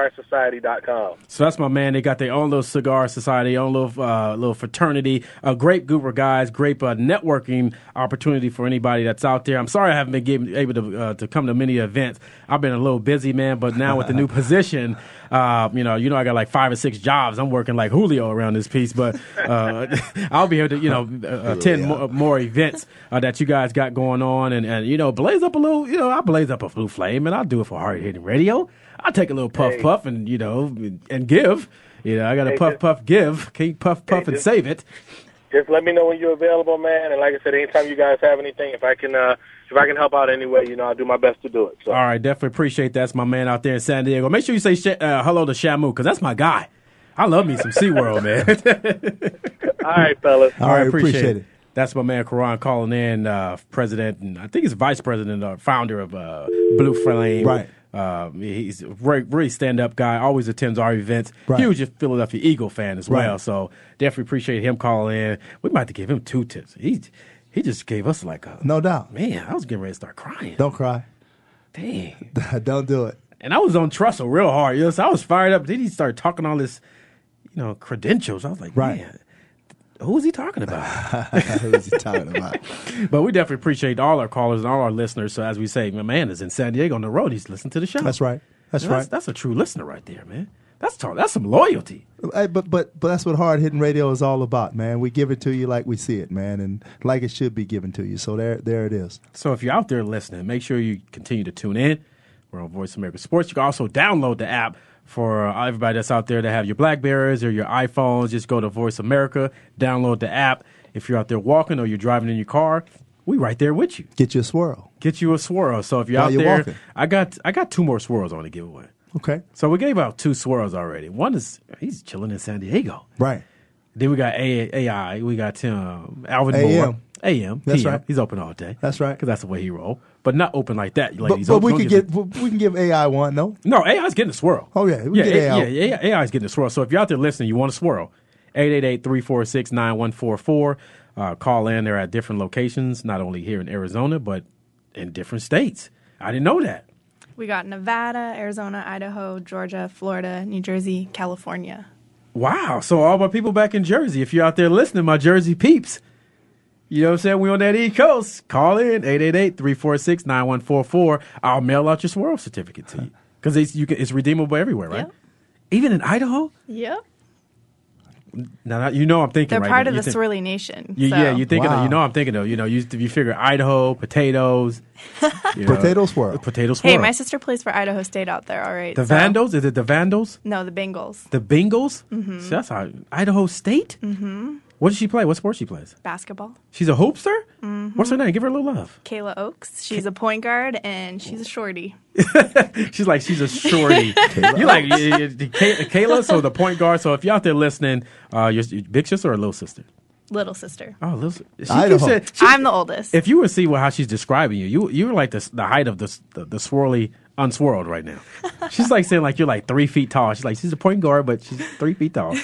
[SPEAKER 11] www.blueflamecigarsociety.com.
[SPEAKER 3] So that's my man. They got their own little cigar society, own little uh, little fraternity. A great group of guys, great uh, networking opportunity for anybody that's out there. I'm sorry I haven't been given, able to uh, to come to many events. I've been a little busy, man. But now with the new position, uh, you know, you know, I got like five or six jobs. I'm working like Julio around this piece, but uh, I'll be able to, you know, uh, attend more, more events uh, that you guys got going on, and, and you know, blaze up a little. You know, I blaze up a blue flame, and I'll do it for hard hitting radio. I take a little puff
[SPEAKER 11] Hey.
[SPEAKER 3] puff and you know and- and give. You know, I got to
[SPEAKER 11] Hey,
[SPEAKER 3] puff
[SPEAKER 11] just-
[SPEAKER 3] puff give. Can't puff puff and
[SPEAKER 11] just-
[SPEAKER 3] save it.
[SPEAKER 11] Just let me know when you're available, man. And like I said, anytime you guys have anything, if I can, uh, if I can help out any way, you know, I'll do my best to do it. So.
[SPEAKER 3] All right, definitely appreciate that's my man out there in San Diego. Make sure you say sh- uh, hello to Shamu because that's my guy. I love me some SeaWorld, man.
[SPEAKER 11] All right, fellas.
[SPEAKER 4] All right, appreciate it.
[SPEAKER 3] That's my man Karan calling in, uh, president, and I think he's vice president or founder of uh, Blue Flame.
[SPEAKER 4] Right.
[SPEAKER 3] Uh, he's a re- really stand up guy, always attends our events.
[SPEAKER 4] Right.
[SPEAKER 3] Huge Philadelphia Eagle fan as well.
[SPEAKER 4] Right.
[SPEAKER 3] So definitely appreciate him calling in. We might have to give him two tips. He, he just gave us like a.
[SPEAKER 4] No doubt.
[SPEAKER 3] Man, I was getting ready to start crying.
[SPEAKER 4] Don't cry.
[SPEAKER 3] Dang.
[SPEAKER 4] Don't do it.
[SPEAKER 3] And I was on Trussell real hard. You know, so I was fired up. Then he started talking all this, you know, credentials. I was like,
[SPEAKER 4] Right.
[SPEAKER 3] man, who is he talking about?
[SPEAKER 4] Who is he talking about?
[SPEAKER 3] but we definitely appreciate all our callers and all our listeners. So as we say, my man is in San Diego on the road. He's listening to the show.
[SPEAKER 4] That's right. That's
[SPEAKER 3] You know,
[SPEAKER 4] right.
[SPEAKER 3] That's, a true listener right there, man. That's talk, That's some loyalty.
[SPEAKER 4] Hey, but but but that's what hard hitting radio is all about, man. We give it to you like we see it, man, and like it should be given to you. So there there it is.
[SPEAKER 3] So if you're out there listening, make sure you continue to tune in. We're on Voice America Sports. You can also download the app for uh, everybody that's out there that have your Blackberries or your iPhones. Just go to Voice America, download the app. If you're out there walking or you're driving in your car, we right there with you.
[SPEAKER 4] Get your swirl.
[SPEAKER 3] Get you a swirl. So if you're
[SPEAKER 4] While
[SPEAKER 3] out
[SPEAKER 4] you're
[SPEAKER 3] there,
[SPEAKER 4] walking.
[SPEAKER 3] I got I got two more swirls on the giveaway.
[SPEAKER 4] Okay.
[SPEAKER 3] So we gave out two swirls already. One is he's chilling in San Diego.
[SPEAKER 4] Right.
[SPEAKER 3] Then we got A- AI. We got um, Alvin
[SPEAKER 4] AM.
[SPEAKER 3] Moore. AM.
[SPEAKER 4] That's
[SPEAKER 3] PM.
[SPEAKER 4] right.
[SPEAKER 3] He's open all day.
[SPEAKER 4] That's right.
[SPEAKER 3] Because that's the way he roll. But not open like that. Like
[SPEAKER 4] But,
[SPEAKER 3] he's
[SPEAKER 4] but
[SPEAKER 3] open-
[SPEAKER 4] we
[SPEAKER 3] don't
[SPEAKER 4] could
[SPEAKER 3] give-
[SPEAKER 4] get we can give AI one, no?
[SPEAKER 3] No, AI's getting a swirl.
[SPEAKER 4] Oh yeah, we
[SPEAKER 3] Yeah,
[SPEAKER 4] can get AI.
[SPEAKER 3] yeah, yeah, AI is getting a swirl. So if you're out there listening, you want a swirl. 888-346-9144. Uh, call in. They're at different locations, not only here in Arizona, but in different states. I didn't know that.
[SPEAKER 6] We got Nevada, Arizona, Idaho, Georgia, Florida, New Jersey, California.
[SPEAKER 3] Wow. So all my people back in Jersey, if you're out there listening, my Jersey peeps, you know what I'm saying? We on that East Coast. Call in 888-346-9144. I'll mail out your swirl certificate to you. Because it's, you can, it's redeemable everywhere, right? Even in Idaho?
[SPEAKER 6] Yep.
[SPEAKER 3] Now, that- you know I'm thinking
[SPEAKER 6] They're
[SPEAKER 3] right
[SPEAKER 6] part
[SPEAKER 3] now.
[SPEAKER 6] of
[SPEAKER 3] You
[SPEAKER 6] the
[SPEAKER 3] think-
[SPEAKER 6] Swirly Nation.
[SPEAKER 3] You,
[SPEAKER 6] so.
[SPEAKER 3] Yeah, you thinking of, you know I'm thinking of. You know, you, you figure Idaho, potatoes. you know,
[SPEAKER 4] Potato swirl.
[SPEAKER 3] Potato swirl.
[SPEAKER 6] Hey, my sister plays for Idaho State out there. All right.
[SPEAKER 3] the
[SPEAKER 6] so-
[SPEAKER 3] Vandals? Is it the Vandals?
[SPEAKER 6] No, the Bengals.
[SPEAKER 3] The Bengals?
[SPEAKER 6] Mhm.
[SPEAKER 3] So that's how, Idaho State?
[SPEAKER 6] Mm-hmm.
[SPEAKER 3] What does she play? What sport she plays?
[SPEAKER 6] Basketball.
[SPEAKER 3] She's a hoopster?
[SPEAKER 6] Mhm.
[SPEAKER 3] What's her name? Give her a little love.
[SPEAKER 6] Kayla Oaks. She's a point guard and she's a shorty.
[SPEAKER 3] She's like, she's a shorty. you like you- you- you- Kay- Kayla, so the point guard. So if you're out there listening, uh, your, your big sister or little sister?
[SPEAKER 6] Little sister.
[SPEAKER 3] Oh, little sister. She
[SPEAKER 4] Idaho.
[SPEAKER 3] keeps saying- she-
[SPEAKER 6] I'm the oldest.
[SPEAKER 3] if you would see what, how she's describing you, you you were like the, s- the height of the, s- the the swirly unswirled right now. She's like saying like you're like three feet tall. She's like she's a point guard, but she's three feet tall.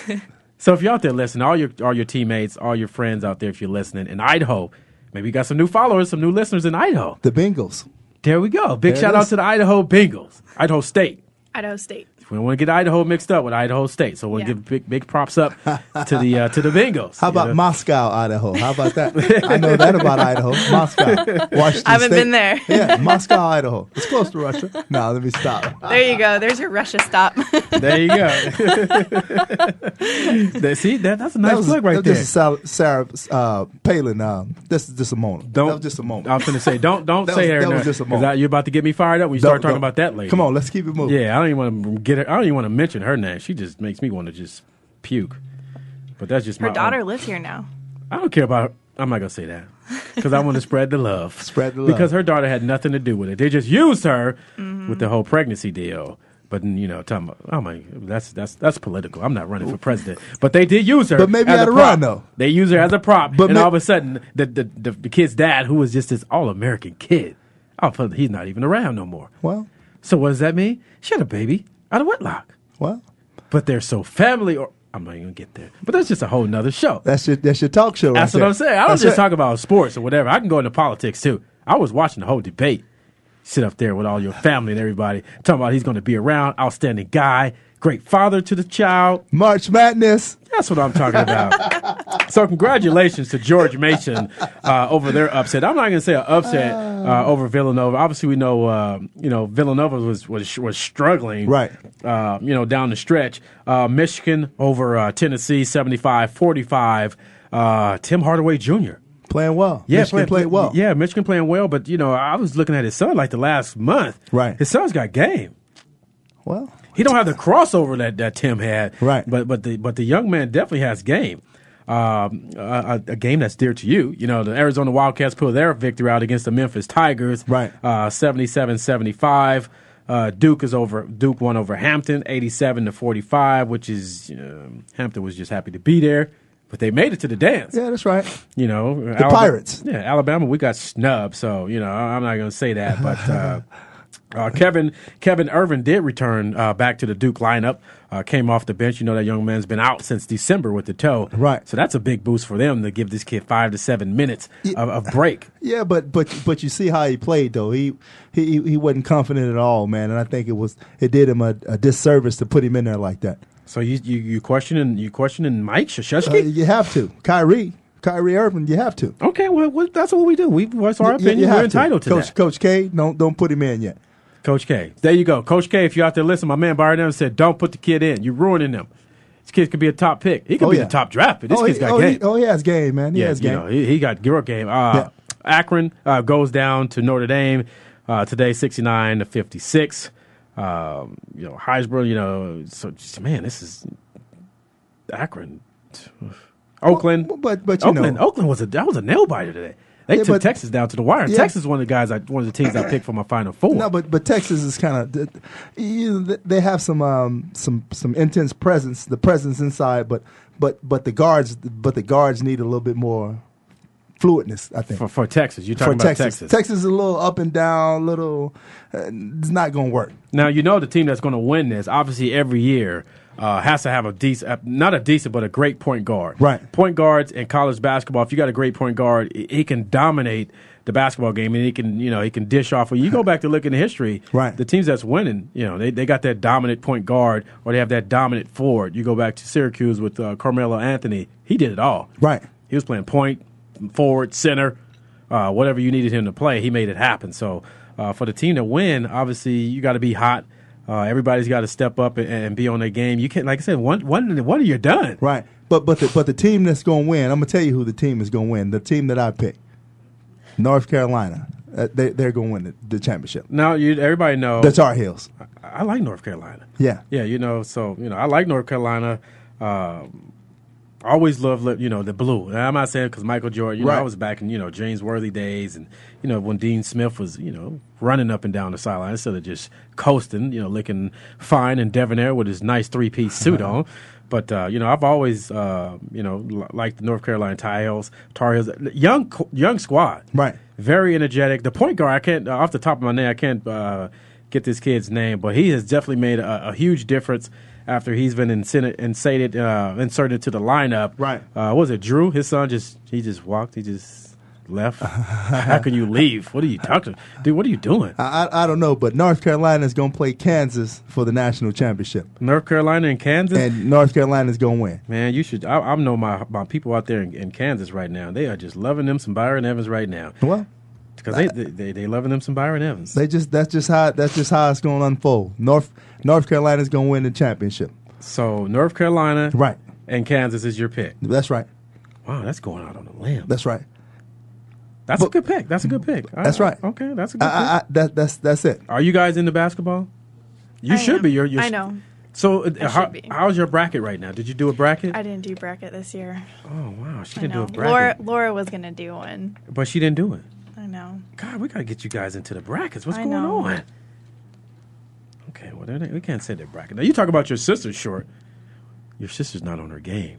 [SPEAKER 3] so if you're out there listening, all your all your teammates, all your friends out there, if you're listening in Idaho, maybe you got some new followers, some new listeners in Idaho.
[SPEAKER 4] The Bengals.
[SPEAKER 3] There we go. Big
[SPEAKER 4] There it
[SPEAKER 3] shout out
[SPEAKER 4] is.
[SPEAKER 3] to the Idaho Bengals, Idaho State.
[SPEAKER 6] Idaho State.
[SPEAKER 3] We don't want to get Idaho mixed up with Idaho State, so we'll
[SPEAKER 6] Yeah.
[SPEAKER 3] give big big props up to the uh, to the Bengals.
[SPEAKER 4] How about Moscow, Idaho? How about that? I know that about Idaho. Moscow, Washington
[SPEAKER 6] I haven't
[SPEAKER 4] State.
[SPEAKER 6] been there.
[SPEAKER 4] Yeah, Moscow, Idaho. It's close to Russia. No, let me stop.
[SPEAKER 6] There you go. There's your Russia stop.
[SPEAKER 3] There you go. That- See, that, that's a nice
[SPEAKER 4] that was,
[SPEAKER 3] plug right
[SPEAKER 4] that
[SPEAKER 3] there.
[SPEAKER 4] was just a Sarah, Sarah uh, Palin. Uh, this is just a moment. Don't, that was just a moment.
[SPEAKER 3] I'm finna say, don't don't
[SPEAKER 4] That
[SPEAKER 3] say
[SPEAKER 4] was-
[SPEAKER 3] her
[SPEAKER 4] that
[SPEAKER 3] now,
[SPEAKER 4] was just a
[SPEAKER 3] 'cause
[SPEAKER 4] moment.
[SPEAKER 3] I- you're about to get me fired up when you
[SPEAKER 4] Don't-
[SPEAKER 3] start talking
[SPEAKER 4] don't.
[SPEAKER 3] about that lady.
[SPEAKER 4] Come on, let's keep it moving.
[SPEAKER 3] Yeah, I don't even want to get her. I don't even want to mention her name. She just makes me want to just puke. But that's just
[SPEAKER 6] Her
[SPEAKER 3] my
[SPEAKER 6] daughter lives here now.
[SPEAKER 3] I don't care about. I'm not gonna say that because I want to spread the love. Spread the
[SPEAKER 4] love. Mm-hmm.
[SPEAKER 3] because her daughter had nothing to do with it. They just used her with the whole pregnancy deal. But you know, talking about, oh my, that's that's that's political. I'm not running for president. But they did use her.
[SPEAKER 4] But maybe
[SPEAKER 3] as
[SPEAKER 4] out
[SPEAKER 3] a
[SPEAKER 4] of
[SPEAKER 3] prop.
[SPEAKER 4] run, though.
[SPEAKER 3] They use her as a prop.
[SPEAKER 4] But
[SPEAKER 3] and
[SPEAKER 4] ma-
[SPEAKER 3] all of a sudden, the the, the the kid's dad, who was just this all American kid, all of a- he's not even around no more.
[SPEAKER 4] Well,
[SPEAKER 3] so what does that mean? She had a baby out of wedlock.
[SPEAKER 4] Well,
[SPEAKER 3] but they're so family. Or I'm not even gonna get there. But that's just a whole nother show.
[SPEAKER 4] That's your that's your talk show.
[SPEAKER 3] That's
[SPEAKER 4] right
[SPEAKER 3] what
[SPEAKER 4] there.
[SPEAKER 3] I'm saying. I don't
[SPEAKER 4] That's
[SPEAKER 3] just
[SPEAKER 4] right.
[SPEAKER 3] talk about sports or whatever. I can go into politics too. I was watching the whole debate. Sit up there with all your family and everybody talking about he's going to be around, outstanding guy, great father to the child.
[SPEAKER 4] March Madness.
[SPEAKER 3] That's what I'm talking about. so congratulations to George Mason uh, over their upset. I'm not going to say an upset uh, over Villanova. Obviously, we know uh, you know Villanova was was was struggling right. Uh, you know down the stretch. Uh, Michigan over uh, Tennessee, 75-45. Uh, Tim Hardaway Jr.
[SPEAKER 4] Playing well.
[SPEAKER 3] Yeah,
[SPEAKER 4] Michigan played well.
[SPEAKER 3] Yeah, Michigan playing well, but you know, I was looking at his son like the last month. Right, his son's got game.
[SPEAKER 4] Well,
[SPEAKER 3] he don't have the crossover that, that Tim had. Right, but but the but the young man definitely has game. Um, a, a a game that's dear to you. You know, the Arizona Wildcats pulled their victory out against the Memphis Tigers. Right, uh, 77-75. Uh, Duke is over. Duke won over Hampton, eighty-seven to forty-five, which is um, Hampton was just happy to be there, but they made it to the dance.
[SPEAKER 4] Yeah, that's right.
[SPEAKER 3] You know, the
[SPEAKER 4] Pirates.
[SPEAKER 3] Yeah, Alabama, we got snubbed, so you know I- I'm not going to say that. But uh, uh, Kevin Kevin Irvin did return uh, back to the Duke lineup. Uh, came off the bench. You know that young man's been out since December with the toe. Right. So that's a big boost for them to give this kid five to seven minutes of, of break.
[SPEAKER 4] Yeah, but but but you see how he played though. He he he wasn't confident at all, man. And I think it was it did him a, a disservice to put him in there like that.
[SPEAKER 3] So you you, you questioning you questioning Mike
[SPEAKER 4] Uh,
[SPEAKER 3] Krzyzewski?
[SPEAKER 4] you have to, Kyrie, Kyrie Irving. You have to.
[SPEAKER 3] okay, well, well that's what we do. We voice our
[SPEAKER 4] You- you
[SPEAKER 3] opinion. We're
[SPEAKER 4] have
[SPEAKER 3] entitled to,
[SPEAKER 4] Coach,
[SPEAKER 3] that.
[SPEAKER 4] Coach K, don't don't put him in yet.
[SPEAKER 3] Coach K. There you go. Coach K, if you're out there listening, my man Byron Evans said, don't put the kid in. You're ruining them. This kid could be a top pick. He could be
[SPEAKER 4] yeah.
[SPEAKER 3] the top draft pick. This
[SPEAKER 4] oh,
[SPEAKER 3] kid's
[SPEAKER 4] he,
[SPEAKER 3] got
[SPEAKER 4] oh,
[SPEAKER 3] game.
[SPEAKER 4] He, oh, he has game, man. He
[SPEAKER 3] yeah,
[SPEAKER 4] has
[SPEAKER 3] you
[SPEAKER 4] game.
[SPEAKER 3] know, he, he got girl game. Uh, Akron uh, goes down to Notre Dame uh, today, 69 to 56. Um, you know, Heisbrough, you know, so just, man, this is Akron. Oakland.
[SPEAKER 4] but- but you
[SPEAKER 3] Oakland,
[SPEAKER 4] know.
[SPEAKER 3] Oakland was a that was a nail biter today. They
[SPEAKER 4] Yeah,
[SPEAKER 3] took
[SPEAKER 4] but-
[SPEAKER 3] Texas down to the wire.
[SPEAKER 4] Yeah.
[SPEAKER 3] Texas is one of the guys I one of the teams I picked for my final four.
[SPEAKER 4] No, but but Texas is kind of they have some um, some some intense presence, the presence inside, but but but the guards but the guards need a little bit more fluidness. I think
[SPEAKER 3] for, for Texas. You're talking
[SPEAKER 4] for
[SPEAKER 3] about
[SPEAKER 4] Texas.
[SPEAKER 3] Texas.
[SPEAKER 4] is a little up and down, little. Uh, it's not going to work.
[SPEAKER 3] Now you know the team that's going to win this. Obviously, every year uh, has to have a decent, not a decent, but a great point guard. Right. Point guards in college basketball. If you got a great point guard, he he can dominate the basketball game, and he can, you know, he can dish off. When you go back to look in the history, right. The teams that's winning, you know, they, they got that dominant point guard, or they have that dominant forward. You go back to Syracuse with uh, Carmelo Anthony. He did it all.
[SPEAKER 4] Right.
[SPEAKER 3] He was playing point, forward, center, uh, whatever you needed him to play. He made it happen. So uh, for the team to win, obviously you got to be hot. Uh, everybody's got to step up and, and be on their game. You can't, like I said, one one one of you're done.
[SPEAKER 4] Right. But but the but the team that's going to win, I'm going to tell you who the team is going to win. The team that I pick, North Carolina. Uh, they they're going to win the, the championship.
[SPEAKER 3] Now you everybody knows
[SPEAKER 4] The Tar Heels.
[SPEAKER 3] I, I like North Carolina.
[SPEAKER 4] Yeah.
[SPEAKER 3] Yeah, you know, so you know, I like North Carolina. Um, I always love you know the blue. And I'm not saying because Michael Jordan. You know, I
[SPEAKER 4] Right.
[SPEAKER 3] was back in you know James Worthy days, and you know when Dean Smith was you know running up and down the sideline instead of just coasting. You know, looking fine and debonair with his nice three piece suit on. But uh, you know, I've always uh, you know li- liked the North Carolina Tar Heels. Tar Heels, young co- young squad, right? Very energetic. The point guard, I can't uh, off the top of my name, I can't uh, get this kid's name, but he has definitely made a, a huge difference after he's been inserted, inserted, uh, inserted to the lineup. Right. Uh, what was it Drew? His son just he just walked. He just left. How can you leave? What are you talking, dude? What are you doing?
[SPEAKER 4] I, I, I don't know, but North Carolina is going to play Kansas for the national championship.
[SPEAKER 3] North Carolina and Kansas.
[SPEAKER 4] And North Carolina is going to win.
[SPEAKER 3] Man, you should. I, I know my, my people out there in, in Kansas right now. They are just loving them some Byron Evans right now.
[SPEAKER 4] Well,
[SPEAKER 3] because they, they they they loving them some Byron Evans.
[SPEAKER 4] They just that's just how that's just how it's going to unfold. North North Carolina is going to win the championship.
[SPEAKER 3] So North Carolina,
[SPEAKER 4] right,
[SPEAKER 3] and Kansas is your pick.
[SPEAKER 4] That's right.
[SPEAKER 3] Wow, that's going out on a limb.
[SPEAKER 4] That's right.
[SPEAKER 3] That's a good pick. That's a good pick. I-
[SPEAKER 4] That's right.
[SPEAKER 3] Okay, that's a good
[SPEAKER 4] I, I, I, that, that's that's it.
[SPEAKER 3] pick. Are you guys into basketball? You
[SPEAKER 6] I
[SPEAKER 3] should
[SPEAKER 6] am.
[SPEAKER 3] be. You're, you're
[SPEAKER 6] I know.
[SPEAKER 3] So uh,
[SPEAKER 6] I
[SPEAKER 3] how,
[SPEAKER 6] should be.
[SPEAKER 3] how's your bracket right now? Did you do a bracket?
[SPEAKER 6] I didn't do bracket this year.
[SPEAKER 3] oh wow, she
[SPEAKER 6] I
[SPEAKER 3] didn't do
[SPEAKER 6] know.
[SPEAKER 3] a bracket,
[SPEAKER 6] Laura, Laura was gonna do one.
[SPEAKER 3] but she didn't do it.
[SPEAKER 6] I know.
[SPEAKER 3] God, we gotta get you guys into the brackets. What's
[SPEAKER 6] I
[SPEAKER 3] going
[SPEAKER 6] know.
[SPEAKER 3] on? Okay, well, that ain't- we can't say that bracket. Now you talk about your sister short. Your sister's not on her game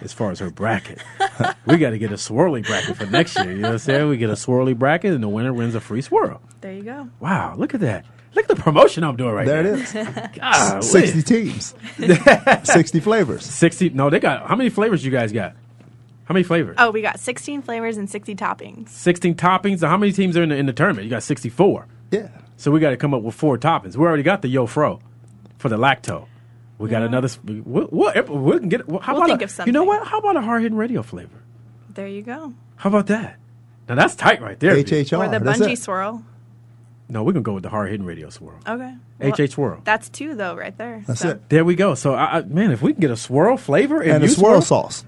[SPEAKER 3] as far as her bracket. we got to get a swirly bracket for next year. You know what I'm saying? We get a swirly bracket, and the winner wins a free swirl.
[SPEAKER 6] There you go.
[SPEAKER 3] Wow, look at that! Look at the promotion I'm doing right
[SPEAKER 4] There it
[SPEAKER 3] now.
[SPEAKER 4] is.
[SPEAKER 3] God,
[SPEAKER 4] Sixty teams, sixty flavors.
[SPEAKER 3] Sixty? No, they got how many flavors? You guys got how many flavors?
[SPEAKER 6] Oh, we got 16 flavors and 60 toppings.
[SPEAKER 3] Sixteen toppings. How many teams are in the, in the tournament? You got sixty-four.
[SPEAKER 4] Yeah.
[SPEAKER 3] So we got to come up with four toppings. We already got the yo fro for the lacto. We got another. sp- We'll, we'll, we can get. How
[SPEAKER 6] We'll
[SPEAKER 3] about
[SPEAKER 6] think
[SPEAKER 3] a,
[SPEAKER 6] of
[SPEAKER 3] You know
[SPEAKER 6] something.
[SPEAKER 3] what? How about a hard hitting radio flavor?
[SPEAKER 6] There you go.
[SPEAKER 3] How about that? Now that's tight right there. B.
[SPEAKER 6] or the bungee swirl.
[SPEAKER 3] No, we're gonna go with the hard hitting radio swirl.
[SPEAKER 6] Okay.
[SPEAKER 3] HH swirl.
[SPEAKER 6] That's two though, right there. so.
[SPEAKER 3] There we go. So, I, I, man, if we can get a swirl flavor
[SPEAKER 4] And a swirl sauce.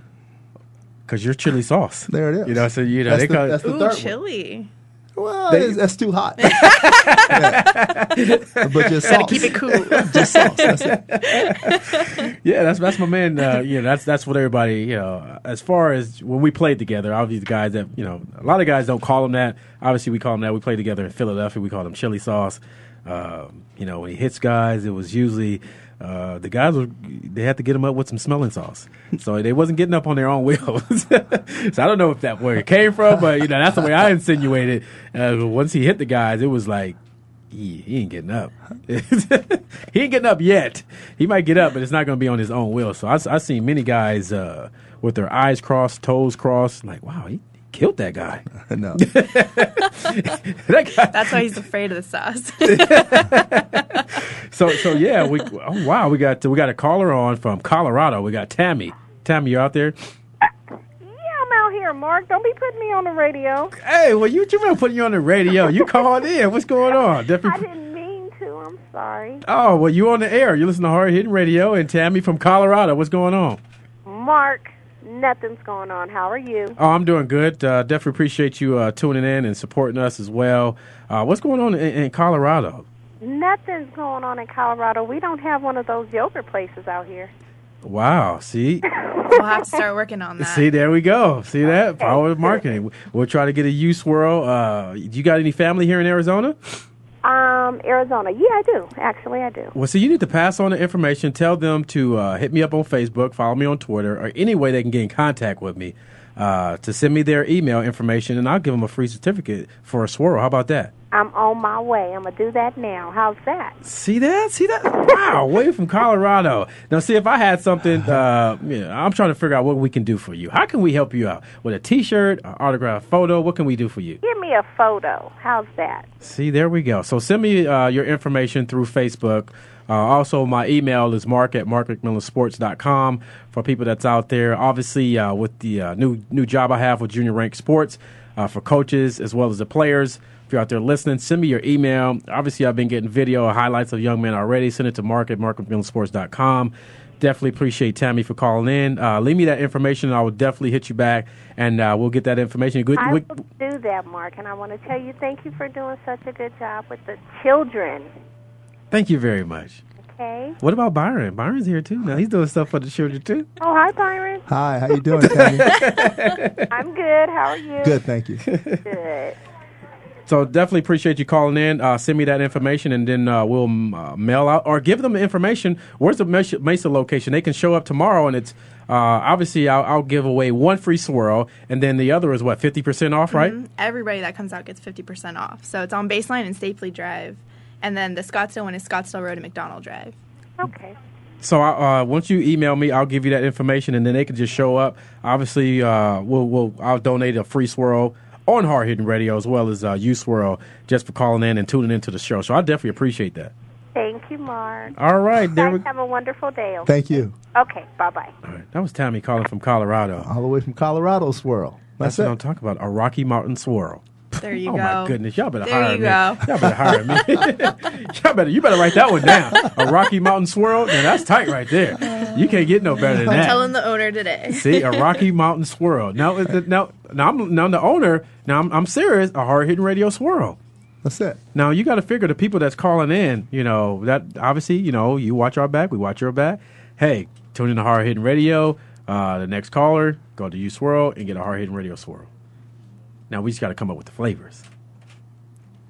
[SPEAKER 3] because your chili sauce. There it is. You know, so you know
[SPEAKER 4] That's
[SPEAKER 3] they
[SPEAKER 4] the-
[SPEAKER 3] call
[SPEAKER 4] that's the
[SPEAKER 6] Ooh,
[SPEAKER 4] third one.
[SPEAKER 6] chili.
[SPEAKER 4] Well,
[SPEAKER 3] They-
[SPEAKER 4] that's- that's too hot. Yeah. But just
[SPEAKER 6] Gotta
[SPEAKER 4] sauce.
[SPEAKER 6] keep it cool.
[SPEAKER 4] just sauce. That's it.
[SPEAKER 3] yeah, that's that's my man. Uh, yeah, that's that's what everybody. You know, as far as when we played together, obviously the guys that you know, a lot of guys don't call them that. Obviously, we call them that. We played together in Philadelphia. We called him Chili Sauce. Um, you know, when he hits guys, it was usually. Uh, the guys were they had to get him up with some smelling sauce, so they wasn't getting up on their own wheels. so I don't know if that where it came from, but you know that's the way I insinuated. Uh, once he hit the guys, it was like he, he ain't getting up. he ain't getting up yet. He might get up, but it's not going to be on his own will. So I've I seen many guys uh, with their eyes crossed, toes crossed, like, wow, he, he killed that guy.
[SPEAKER 4] no.
[SPEAKER 6] That's why he's afraid of the sauce.
[SPEAKER 3] So so yeah, we oh wow, we got we got a caller on from Colorado. We got Tammy. Tammy, you out there?
[SPEAKER 12] I'm out here, Mark. Don't be putting me on the radio.
[SPEAKER 3] Hey, well you you putting you on the radio. You called in. What's going on?
[SPEAKER 12] I
[SPEAKER 3] Definitely.
[SPEAKER 12] didn't mean to. I'm sorry.
[SPEAKER 3] Oh well, you on the air. You listen to Hard Hitting Radio and Tammy from Colorado. What's going on?
[SPEAKER 12] Mark, nothing's going on. How are you?
[SPEAKER 3] Oh, I'm doing good. Uh, definitely appreciate you uh, tuning in and supporting us as well. Uh, what's going on in, in Colorado?
[SPEAKER 12] Nothing's going on in Colorado. We don't have one of those yogurt places out here.
[SPEAKER 3] Wow. See,
[SPEAKER 6] we'll have to start working on that.
[SPEAKER 3] see, there we go. See that power of marketing. We'll try to get a U swirl. Uh, you got any family here in Arizona?
[SPEAKER 12] Um, Arizona. Yeah, I do. Actually, I do.
[SPEAKER 3] Well, see, you need to pass on the information. Tell them to uh, hit me up on Facebook, follow me on Twitter, or any way they can get in contact with me. Uh, to send me their email information, and I'll give them a free certificate for a swirl. How about that?
[SPEAKER 12] I'm on my way. I'm gonna do that now. How's that?
[SPEAKER 3] See that? See that? Wow, way from Colorado. Now, see, if I had something, uh, you know, I'm trying to figure out what we can do for you. How can we help you out? With a t shirt, an autographed photo, what can we do for you?
[SPEAKER 12] Give me a photo. How's that?
[SPEAKER 3] See, there we go. So send me uh, your information through Facebook. Uh, also, my email is mark at markmcmillansports.com for people that's out there. Obviously, uh, with the uh, new new job I have with Junior Rank Sports uh, for coaches as well as the players. If you're out there listening, send me your email. Obviously, I've been getting video highlights of young men already. Send it to mark at markmcmillansports.com. Definitely appreciate Tammy for calling in. Uh, leave me that information. And I will definitely hit you back, and uh, we'll get that information. Good,
[SPEAKER 12] I will
[SPEAKER 3] we-
[SPEAKER 12] do that, Mark, and I want to tell you thank you for doing such a good job with the children.
[SPEAKER 3] thank you very much.
[SPEAKER 12] Okay.
[SPEAKER 3] What about Byron? Byron's here too. Now he's doing stuff for the children too.
[SPEAKER 12] Oh, hi, Byron.
[SPEAKER 4] Hi, how you doing, Tammy?
[SPEAKER 12] I'm good. How are you?
[SPEAKER 4] Good, thank you.
[SPEAKER 12] Good.
[SPEAKER 3] So definitely appreciate you calling in. Uh, send me that information, and then uh, we'll mm, uh, mail out or give them the information. Where's the Mesa, Mesa location? They can show up tomorrow, and it's uh, obviously I'll, I'll give away one free swirl, and then the other is what fifty percent off, right?
[SPEAKER 6] Mhm. Everybody that comes out gets 50% off. So it's on Baseline and Stapley Drive. And then the Scottsdale one is Scottsdale Road and McDonald Drive.
[SPEAKER 12] Okay.
[SPEAKER 3] So I- uh, once you email me, I'll give you that information, and then they can just show up. Obviously, uh, we'll, we'll I'll donate a free swirl on Hard Hitting Radio as well as uh, U Swirl just for calling in and tuning into the show. So I definitely appreciate that.
[SPEAKER 12] Thank you, Mark.
[SPEAKER 3] All right,
[SPEAKER 12] You
[SPEAKER 3] there
[SPEAKER 12] guys
[SPEAKER 3] we-
[SPEAKER 12] Have a wonderful day. okay?
[SPEAKER 3] Thank you.
[SPEAKER 12] Okay, bye bye.
[SPEAKER 3] That was Tommy calling from Colorado. All
[SPEAKER 4] the way from Colorado Swirl.
[SPEAKER 3] That's, what I'm talking about. A Rocky Mountain Swirl.
[SPEAKER 6] There you
[SPEAKER 3] oh
[SPEAKER 6] go.
[SPEAKER 3] my goodness, y'all better
[SPEAKER 6] There
[SPEAKER 3] hire
[SPEAKER 6] you
[SPEAKER 3] me.
[SPEAKER 6] go.
[SPEAKER 3] Y'all better hire me. y'all better you better write that one down. A Rocky Mountain Swirl. Now that's tight right there. You can't get no better than
[SPEAKER 6] I'm
[SPEAKER 3] that.
[SPEAKER 6] telling the owner today.
[SPEAKER 3] See, a Rocky Mountain swirl. Now, is it- now, now, I'm, now the owner. Now I'm, I'm serious. A hard hitting radio swirl.
[SPEAKER 4] That's it.
[SPEAKER 3] Now you got to figure the people that's calling in. You know that obviously, you know you watch our back, we watch your back. Hey, tune in to hard hitting radio. Uh, the next caller, go to you swirl and get a hard hitting radio swirl. Now we just got to come up with the flavors.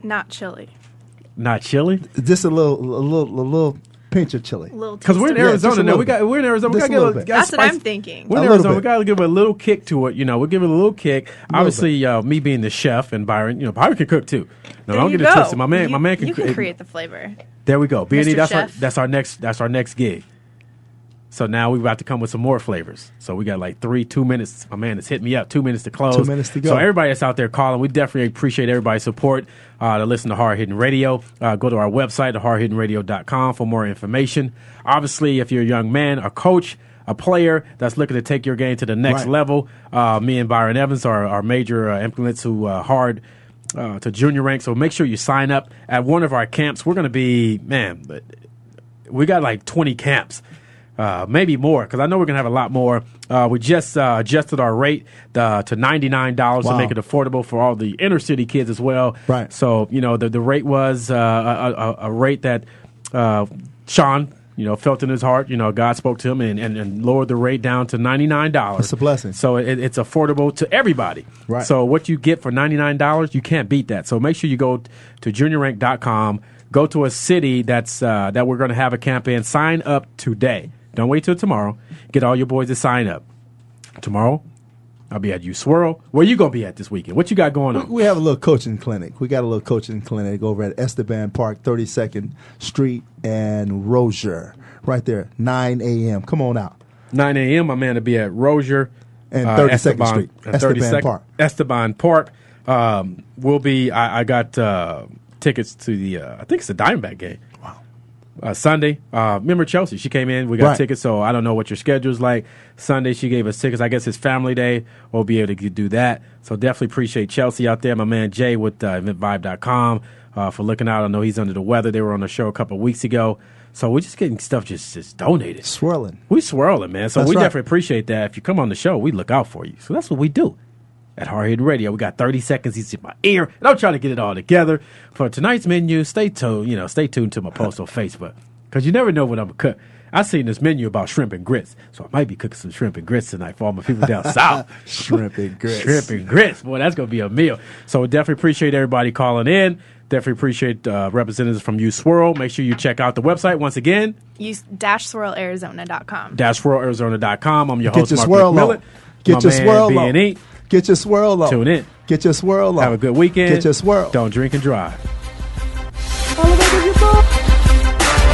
[SPEAKER 6] Not chili.
[SPEAKER 3] Not chili.
[SPEAKER 4] Just a little, a little, a little pinch of chili.
[SPEAKER 6] Little
[SPEAKER 3] Because we're in
[SPEAKER 4] Yeah, just a
[SPEAKER 3] Arizona now.
[SPEAKER 4] little
[SPEAKER 3] We got
[SPEAKER 4] bit.
[SPEAKER 3] we're in Arizona. We
[SPEAKER 4] Just
[SPEAKER 3] got to get
[SPEAKER 4] little
[SPEAKER 3] a
[SPEAKER 4] bit.
[SPEAKER 3] gotta
[SPEAKER 6] That's what
[SPEAKER 3] spice-
[SPEAKER 6] I'm thinking.
[SPEAKER 3] We're in Arizona. We got to give it a little kick to it. You know, we'll give it a little kick. Obviously, uh, me being the chef and Byron, you know, Byron can cook too. No,
[SPEAKER 6] There
[SPEAKER 3] don't
[SPEAKER 6] you
[SPEAKER 3] get it
[SPEAKER 6] go.
[SPEAKER 3] twisted. My man,
[SPEAKER 6] You-
[SPEAKER 3] my man can.
[SPEAKER 6] You
[SPEAKER 3] cook-
[SPEAKER 6] can create the flavor.
[SPEAKER 3] There we go. B and E.
[SPEAKER 6] Mr.
[SPEAKER 3] That's our
[SPEAKER 6] Chef.
[SPEAKER 3] that's our next that's our next gig. So now we're about to come with some more flavors. So we got like three, two minutes. My man has hit me up. Two minutes to close.
[SPEAKER 4] Two minutes to go.
[SPEAKER 3] So everybody that's out there calling, we definitely appreciate everybody's support uh, to listen to Hard Hitting Radio. Uh, go to our website, hardhittingradio.com, for more information. Obviously, if you're a young man, a coach, a player that's looking to take your game to the next
[SPEAKER 4] Right.
[SPEAKER 3] level, uh, me and Byron Evans are our major uh, implements who uh, hard uh, to junior rank. So make sure you sign up at one of our camps. We're going to be, man, we got like 20 camps. Uh, maybe more because I know we're gonna have a lot more. Uh, we just uh, adjusted our rate uh, to ninety nine dollars to
[SPEAKER 4] Wow.
[SPEAKER 3] make it affordable for all the inner city kids as well.
[SPEAKER 4] Right.
[SPEAKER 3] So you know the the rate was uh, a, a, a rate that uh, Sean you know felt in his heart. You know God spoke to him and, and, and lowered the rate down to ninety nine dollars.
[SPEAKER 4] That's a blessing.
[SPEAKER 3] So it, it's affordable to everybody.
[SPEAKER 4] Right.
[SPEAKER 3] So what you get for ninety nine dollars, you can't beat that. So make sure you go to juniorrank.com, go to a city that's uh, that we're going to have a camp in. Sign up today. Don't wait till tomorrow. Get all your boys to sign up. Tomorrow, I'll be at U Swirl. Where you gonna be at this weekend? What you got going on?
[SPEAKER 4] We have a little coaching clinic. We got a little coaching clinic over at Esteban Park, 32nd Street and Rozier, right there, 9 a.m. Come on out.
[SPEAKER 3] 9 a.m. My man will be at Rozier uh,
[SPEAKER 4] And 32nd
[SPEAKER 3] Esteban-
[SPEAKER 4] Street,
[SPEAKER 3] and
[SPEAKER 4] Esteban
[SPEAKER 3] 32nd
[SPEAKER 4] Park.
[SPEAKER 3] Esteban Park. Um, will be. I, I got uh, tickets to the. Uh, I think it's the Diamondback game. Wow. Uh, Sunday. Uh, remember Chelsea? She came in. We got
[SPEAKER 4] Right.
[SPEAKER 3] tickets. So I don't know what your schedule's like. Sunday she gave us tickets. I guess it's family day. We'll be able to do that. So definitely appreciate Chelsea out there. My man Jay with uh, EventVibe.com uh, for looking out. I know he's under the weather. They were on the show a couple weeks ago. So we're just getting stuff just just donated.
[SPEAKER 4] Swirling.
[SPEAKER 3] We swirling, man. So
[SPEAKER 4] That's
[SPEAKER 3] we
[SPEAKER 4] right.
[SPEAKER 3] definitely appreciate that. If you come on the show, we look out for you. So that's what we do at Hard Hit Radio. We got 30 seconds. He's in my ear, and I'm trying to get it all together for tonight's menu. Stay tuned. You know, stay tuned to my post on Facebook because you never know what I'm gonna cook. I seen this menu about shrimp and grits, so I might be cooking some shrimp and grits tonight for all my people down south.
[SPEAKER 4] Shrimp and grits.
[SPEAKER 3] Shrimp and grits. Boy, that's going to be a meal. So definitely appreciate everybody calling in. Definitely appreciate uh, representatives from U Swirl. Make sure you check out the website once again,
[SPEAKER 6] Use dash swirlarizona.com.
[SPEAKER 3] dashworldarizona.com. I'm your
[SPEAKER 4] Get
[SPEAKER 3] host,
[SPEAKER 4] your
[SPEAKER 3] Mark
[SPEAKER 4] swirl
[SPEAKER 3] McMillan.
[SPEAKER 4] on. Get
[SPEAKER 3] My
[SPEAKER 4] your
[SPEAKER 3] man,
[SPEAKER 4] swirl on.
[SPEAKER 3] B&E.
[SPEAKER 4] Get your swirl on.
[SPEAKER 3] Tune in.
[SPEAKER 4] Get your swirl on.
[SPEAKER 3] Have a good weekend.
[SPEAKER 4] Get your swirl.
[SPEAKER 3] Don't drink and drive.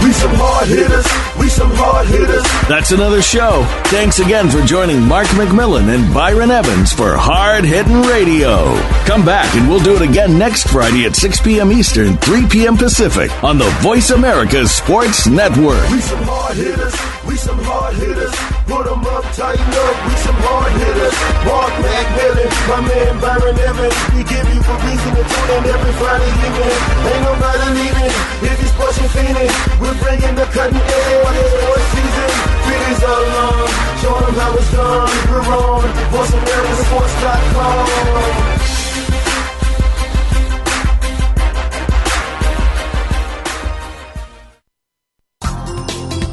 [SPEAKER 2] We some hard hitters. We some hard hitters.
[SPEAKER 13] That's another show. Thanks again for joining Mark McMillan and Byron Evans for Hard Hitting Radio. Come back and we'll do it again next Friday at 6 p.m. Eastern, 3 p.m. Pacific on the Voice America Sports Network.
[SPEAKER 2] We some hard hitters. We some hard hitters. Put 'em up, tighten up. We some hard hitters. Mark McMillan, my man Byron Evans. We give you a reason to tune in every Friday evening. Ain't nobody leaving. If he's pushing Phoenix, we're bringing the cutting edge. Sports season. It is our long. Showing 'em how it's done. We're on. VoiceAmericaSports.com.